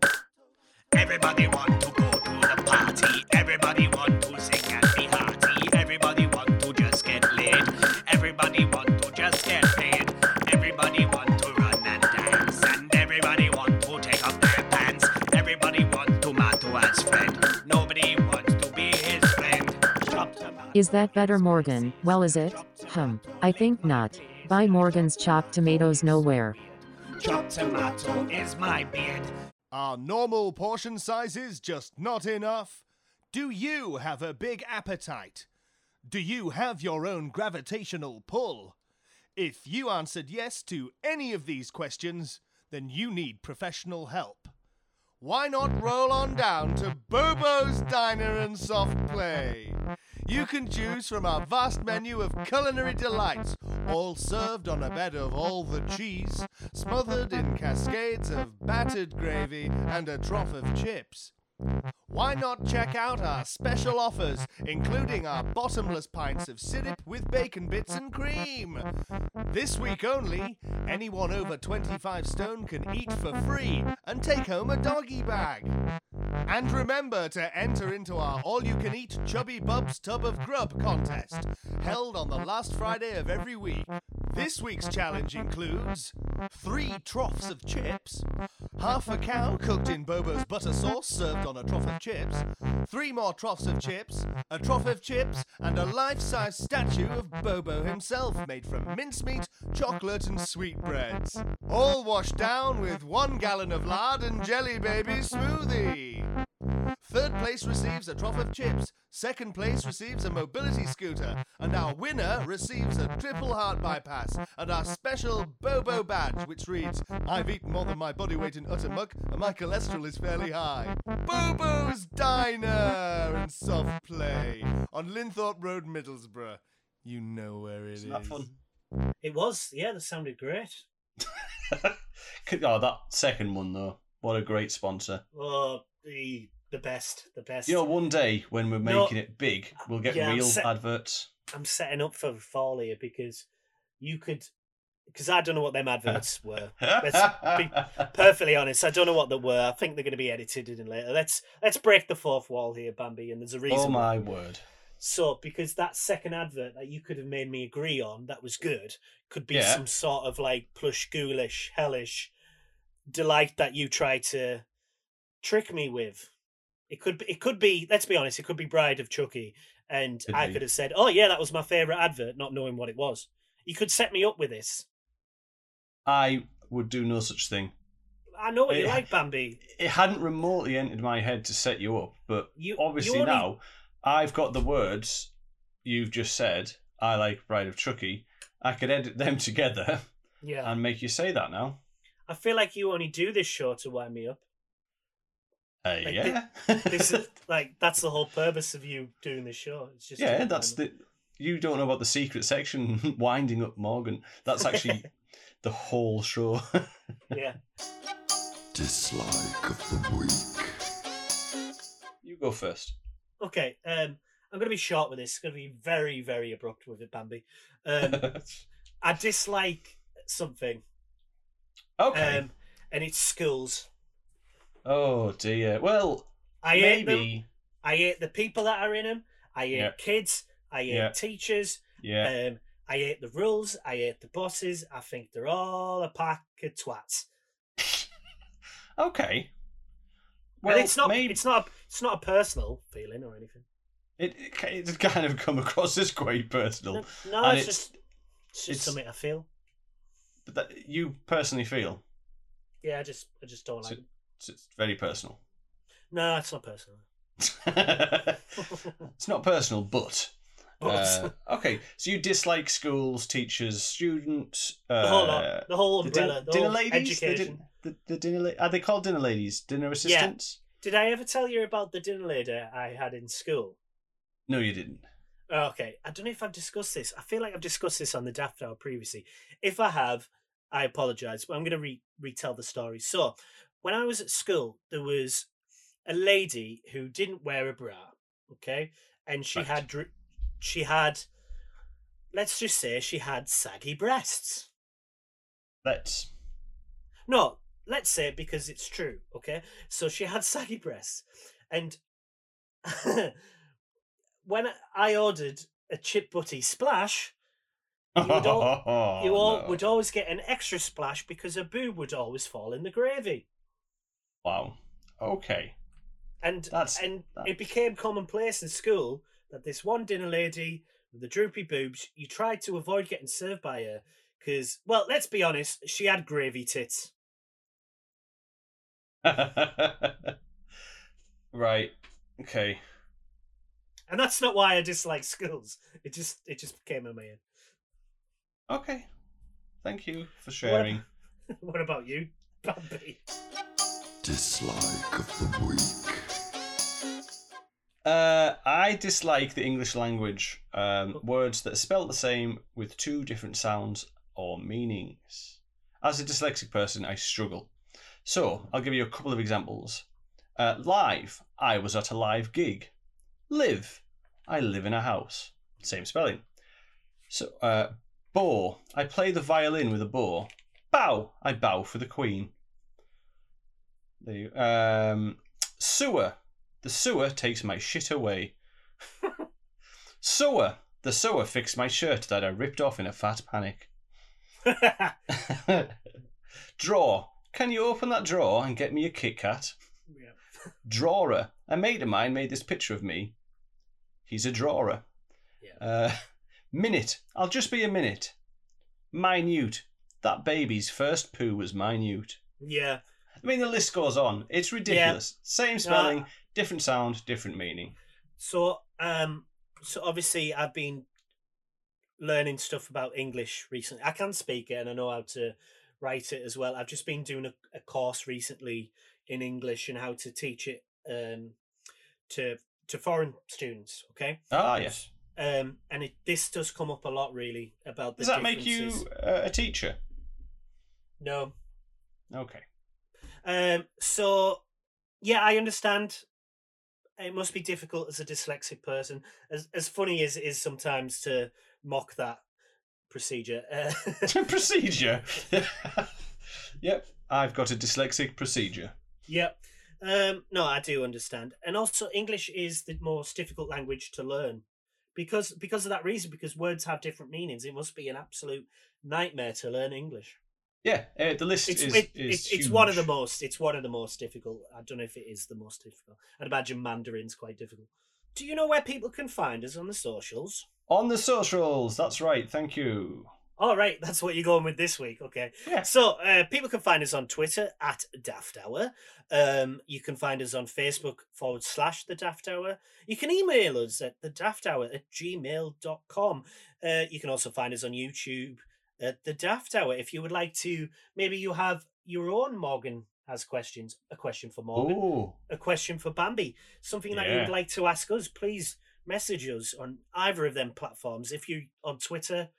Speaker 8: Everybody want to go to the party. Everybody want to sing and be hearty. Everybody want to just get laid. Everybody want to just get paid. Everybody want to run and dance. And everybody want to take off their pants. Everybody want tomato as friend. Nobody wants to be his friend. Chop tomato
Speaker 7: Is that better,
Speaker 8: is
Speaker 7: Morgan?
Speaker 8: spicy.
Speaker 7: Well, is it?
Speaker 8: Chop
Speaker 7: Hum.
Speaker 8: tomato
Speaker 7: I
Speaker 8: make
Speaker 7: think
Speaker 8: my
Speaker 7: not.
Speaker 8: days.
Speaker 7: Buy Morgan's chopped tomatoes nowhere.
Speaker 8: Chopped tomato is my beard.
Speaker 1: Are normal portion sizes just not enough? Do you have a big appetite? Do you have your own gravitational pull? If you answered yes to any of these questions, then you need professional help. Why not roll on down to Bobo's Diner and Soft Play? You can choose from our vast menu of culinary delights, all served on a bed of all the cheese, smothered in cascades of battered gravy and a trough of chips. Why not check out our special offers, including our bottomless pints of syrup with bacon bits and cream? This week only, anyone over 25 stone can eat for free and take home a doggy bag. And remember to enter into our all you can eat Chubby Bub's Tub of Grub contest, held on the last Friday of every week. This week's challenge includes three troughs of chips, half a cow cooked in Bobo's butter sauce served on a trough of chips, three more troughs of chips, a trough of chips, and a life size statue of Bobo himself made from mincemeat, chocolate, and sweetbreads. All washed down with one gallon of lard and Jelly Baby smoothie. Third place receives a trough of chips. Second place receives a mobility scooter. And our winner receives a triple heart bypass and our special Bobo badge, which reads I've eaten more than my body weight in utter muck, and my cholesterol is fairly high. Bobo's Diner and Soft Play on Linthorpe Road, Middlesbrough. You know where it is.
Speaker 2: Isn't that fun?
Speaker 3: It was, yeah, that sounded great.
Speaker 2: oh, that second one though. What a great sponsor.
Speaker 3: Oh, the the best, the best.
Speaker 2: You know, one day when we're
Speaker 3: No.
Speaker 2: making it big, we'll get
Speaker 3: Yeah, I'm
Speaker 2: real
Speaker 3: se-
Speaker 2: adverts.
Speaker 3: I'm setting up for fall here because you could, because I don't know what them adverts were. Let's be perfectly honest. I don't know what they were. I think they're going to be edited in later. Let's let's break the fourth wall here, Bambi. And there's a reason.
Speaker 2: oh my word.
Speaker 3: So, because that second advert that you could have made me agree on, that was good, could be
Speaker 2: Yeah.
Speaker 3: some sort of like plush, ghoulish, hellish delight that you try to trick me with. It could be. It could be. Let's be honest. It could be Bride of Chucky, and
Speaker 2: Could
Speaker 3: I
Speaker 2: be.
Speaker 3: could have said, "Oh yeah, that was my favorite advert," not knowing what it was. You could set me up with this.
Speaker 2: I would do no such thing.
Speaker 3: I know what you
Speaker 2: Yeah.
Speaker 3: like, Bambi.
Speaker 2: It hadn't remotely entered my head to set you up, but
Speaker 3: You-
Speaker 2: obviously
Speaker 3: you only-
Speaker 2: now I've got the words you've just said. I like Bride of Chucky. I could edit them together
Speaker 3: Yeah,
Speaker 2: and make you say that now.
Speaker 3: I feel like you only do this show to wind me up.
Speaker 2: Uh,
Speaker 3: Like,
Speaker 2: yeah.
Speaker 3: This is like that's the whole purpose of you doing this show. It's just to
Speaker 2: yeah,
Speaker 3: wind
Speaker 2: that's
Speaker 3: me up.
Speaker 2: the. You don't know about the secret section winding up Morgan. That's actually the whole show.
Speaker 3: yeah.
Speaker 6: Dislike of the week.
Speaker 2: you go first.
Speaker 3: Okay, um, I'm going to be short with this. It's going to be very, very abrupt with it, Bambi. Um, I dislike something,
Speaker 2: okay.
Speaker 3: um, and it's schools.
Speaker 2: oh dear. Well,
Speaker 3: I hate them.
Speaker 2: Maybe.
Speaker 3: I hate the people that are in them. I hate
Speaker 2: Yeah.
Speaker 3: kids. I hate
Speaker 2: Yeah.
Speaker 3: teachers.
Speaker 2: Yeah.
Speaker 3: Um, I hate the rules. I hate the bosses. I think they're all a pack of twats.
Speaker 2: okay.
Speaker 3: and Um, it's not.
Speaker 2: maybe-
Speaker 3: It's not. It's not a personal feeling or anything.
Speaker 2: It, it ca- it's kind of come across as quite personal.
Speaker 3: No, no,
Speaker 2: and
Speaker 3: it's,
Speaker 2: it's-
Speaker 3: just. It's just
Speaker 2: it's-
Speaker 3: something I feel.
Speaker 2: But that you personally feel
Speaker 3: Yeah, I just. I just don't
Speaker 2: So-
Speaker 3: like. them.
Speaker 2: it's, it's very personal.
Speaker 3: No, it's not personal.
Speaker 2: it's not personal, but. uh,
Speaker 3: But-
Speaker 2: okay, so you dislike schools, teachers, students. Uh,
Speaker 3: the whole. lot. the whole
Speaker 2: the din-
Speaker 3: umbrella. the
Speaker 2: dinner
Speaker 3: whole
Speaker 2: ladies. The,
Speaker 3: Education.
Speaker 2: din- the, the dinner. La- are they called dinner ladies? Dinner assistants?
Speaker 3: Did I ever tell you about the dinner lady I had in school? Oh,
Speaker 2: No, you didn't.
Speaker 3: Okay, I don't know if I've discussed this. I feel like I've discussed this on the Daft Hour previously. If I have, I apologise, but I'm going to re- retell the story. So, when I was at school, there was a lady who didn't wear a bra, okay, and she
Speaker 2: Right.
Speaker 3: had dr- she had, let's just say, she had saggy breasts.
Speaker 2: Let's.
Speaker 3: No, let's say it because it's true, okay? So she had saggy breasts. And when I ordered a chip butty splash, You would all- you all
Speaker 2: Oh, no.
Speaker 3: would always get an extra splash because her boob would always fall in the gravy.
Speaker 2: Wow. Okay.
Speaker 3: And
Speaker 2: That's-
Speaker 3: and
Speaker 2: that's-
Speaker 3: it became commonplace in school that this one dinner lady with the droopy boobs, you tried to avoid getting served by her because, well, let's be honest, she had gravy tits.
Speaker 2: right. Okay.
Speaker 3: And that's not why I dislike schools. It just it just became a man.
Speaker 2: Okay. Thank you for sharing.
Speaker 3: What about you, Bambi?
Speaker 6: Dislike of the week.
Speaker 2: Uh, I dislike the English language. Um, words that are spelled the same with two different sounds or meanings. As a dyslexic person, I struggle. So I'll give you a couple of examples. Uh, live. I was at a live gig. Live. I live in a house. Same spelling. So uh, bow. I play the violin with a bow. Bow. I bow for the queen. There you, um, sewer. The sewer takes my shit away. sewer. The sewer fixed my shirt that I ripped off in a fat panic.
Speaker 3: yeah.
Speaker 2: Drawer. Can you open that drawer and get me a Kit Kat? Drawer. A mate of mine made this picture of me. He's a drawer.
Speaker 3: Yeah.
Speaker 2: Uh, minute. I'll just be a minute. Minute. That baby's first poo was minute.
Speaker 3: Yeah.
Speaker 2: I mean, the list goes on. It's ridiculous. Same spelling, different sound, different meaning.
Speaker 3: So, um, so obviously, I've been learning stuff about English recently. I can speak it, and I know how to write it as well. I've just been doing a, a course recently in English and how to teach it um, to to foreign students. Okay,
Speaker 2: Ah, yes.
Speaker 3: um, and it, this does come up a lot, really, about the
Speaker 2: Does that make you
Speaker 3: differences.
Speaker 2: uh, a teacher?
Speaker 3: no?
Speaker 2: Okay.
Speaker 3: Um, so yeah, I understand. It must be difficult as a dyslexic person. As as funny as it is sometimes to mock that procedure. Uh,
Speaker 2: procedure. yep, I've got a dyslexic procedure.
Speaker 3: yep. Um, no, I do understand, and also English is the most difficult language to learn because because of that reason. Because words have different meanings, it must be an absolute nightmare to learn English.
Speaker 2: Yeah, uh, the list
Speaker 3: It's
Speaker 2: is,
Speaker 3: it,
Speaker 2: is
Speaker 3: it's it's one of the
Speaker 2: huge.
Speaker 3: most it's one of the most difficult. I don't know if it is the most difficult. I'd imagine Mandarin's quite difficult. Do you know where people can find us on the socials?
Speaker 2: on the socials. That's right. Thank you.
Speaker 3: All right, that's what you're going with this week. Okay.
Speaker 2: Yeah.
Speaker 3: So uh, people can find us on Twitter at Daft Hour. Um, you can find us on Facebook forward slash The Daft Hour. You can email us at The Daft Hour at gmail.com. Uh, you can also find us on YouTube at The Daft Hour. If you would like to, maybe you have your own Morgan has questions, a question for Morgan,
Speaker 2: Oh,
Speaker 3: a question for Bambi, something that
Speaker 2: Yeah.
Speaker 3: you'd like to ask us, please message us on either of them platforms. If you on Twitter,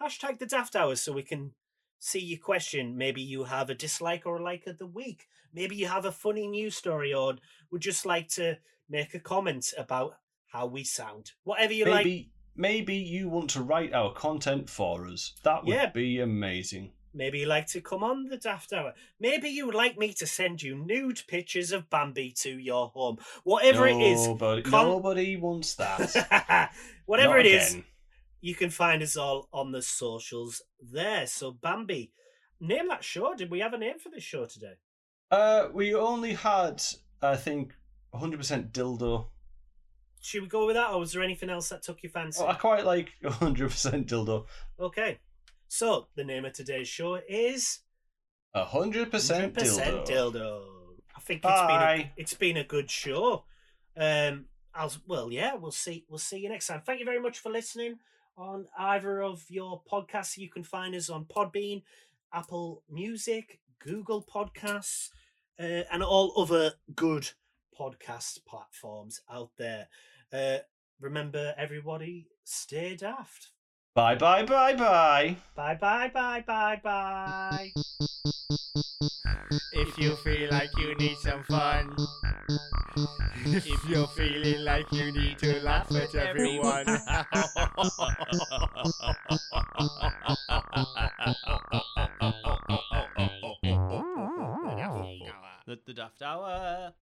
Speaker 3: hashtag the Daft Hours so we can see your question. Maybe you have a dislike or a like of the week. Maybe you have a funny news story or would just like to make a comment about how we sound. Whatever you
Speaker 2: maybe
Speaker 3: like.
Speaker 2: maybe you want to write our content for us. That would
Speaker 3: Yeah.
Speaker 2: be amazing.
Speaker 3: Maybe you like to come on the daft hour. Maybe you would like me to send you nude pictures of Bambi to your home. Whatever it is,
Speaker 2: Nobody,
Speaker 3: con-
Speaker 2: nobody wants that.
Speaker 3: whatever
Speaker 2: Not
Speaker 3: it is,
Speaker 2: again.
Speaker 3: you can find us all on the socials there. So Bambi, name that show. Did we have a name for this show today?
Speaker 2: Uh, we only had, I think, 100% dildo.
Speaker 3: Should we go with that, or was there anything else that took your fancy?
Speaker 2: Oh, I quite like 100% dildo.
Speaker 3: Okay. So the name of today's show is
Speaker 2: 100%,
Speaker 3: 100%
Speaker 2: dildo.
Speaker 3: dildo. I think it's been
Speaker 2: Bye.
Speaker 3: a, it's been a good show. Um, I'll, well, yeah, we'll see we'll see you next time. Thank you very much for listening on either of your podcasts. You can find us on Podbean, Apple Music, Google Podcasts, uh, and all other good podcast platforms out there. Uh, remember, everybody, stay daft.
Speaker 2: Bye, bye, bye, bye.
Speaker 3: Bye bye bye bye bye.
Speaker 8: If you feel like you need some fun, if you're feeling like you need to laugh at everyone,
Speaker 4: The, the Daft Hour.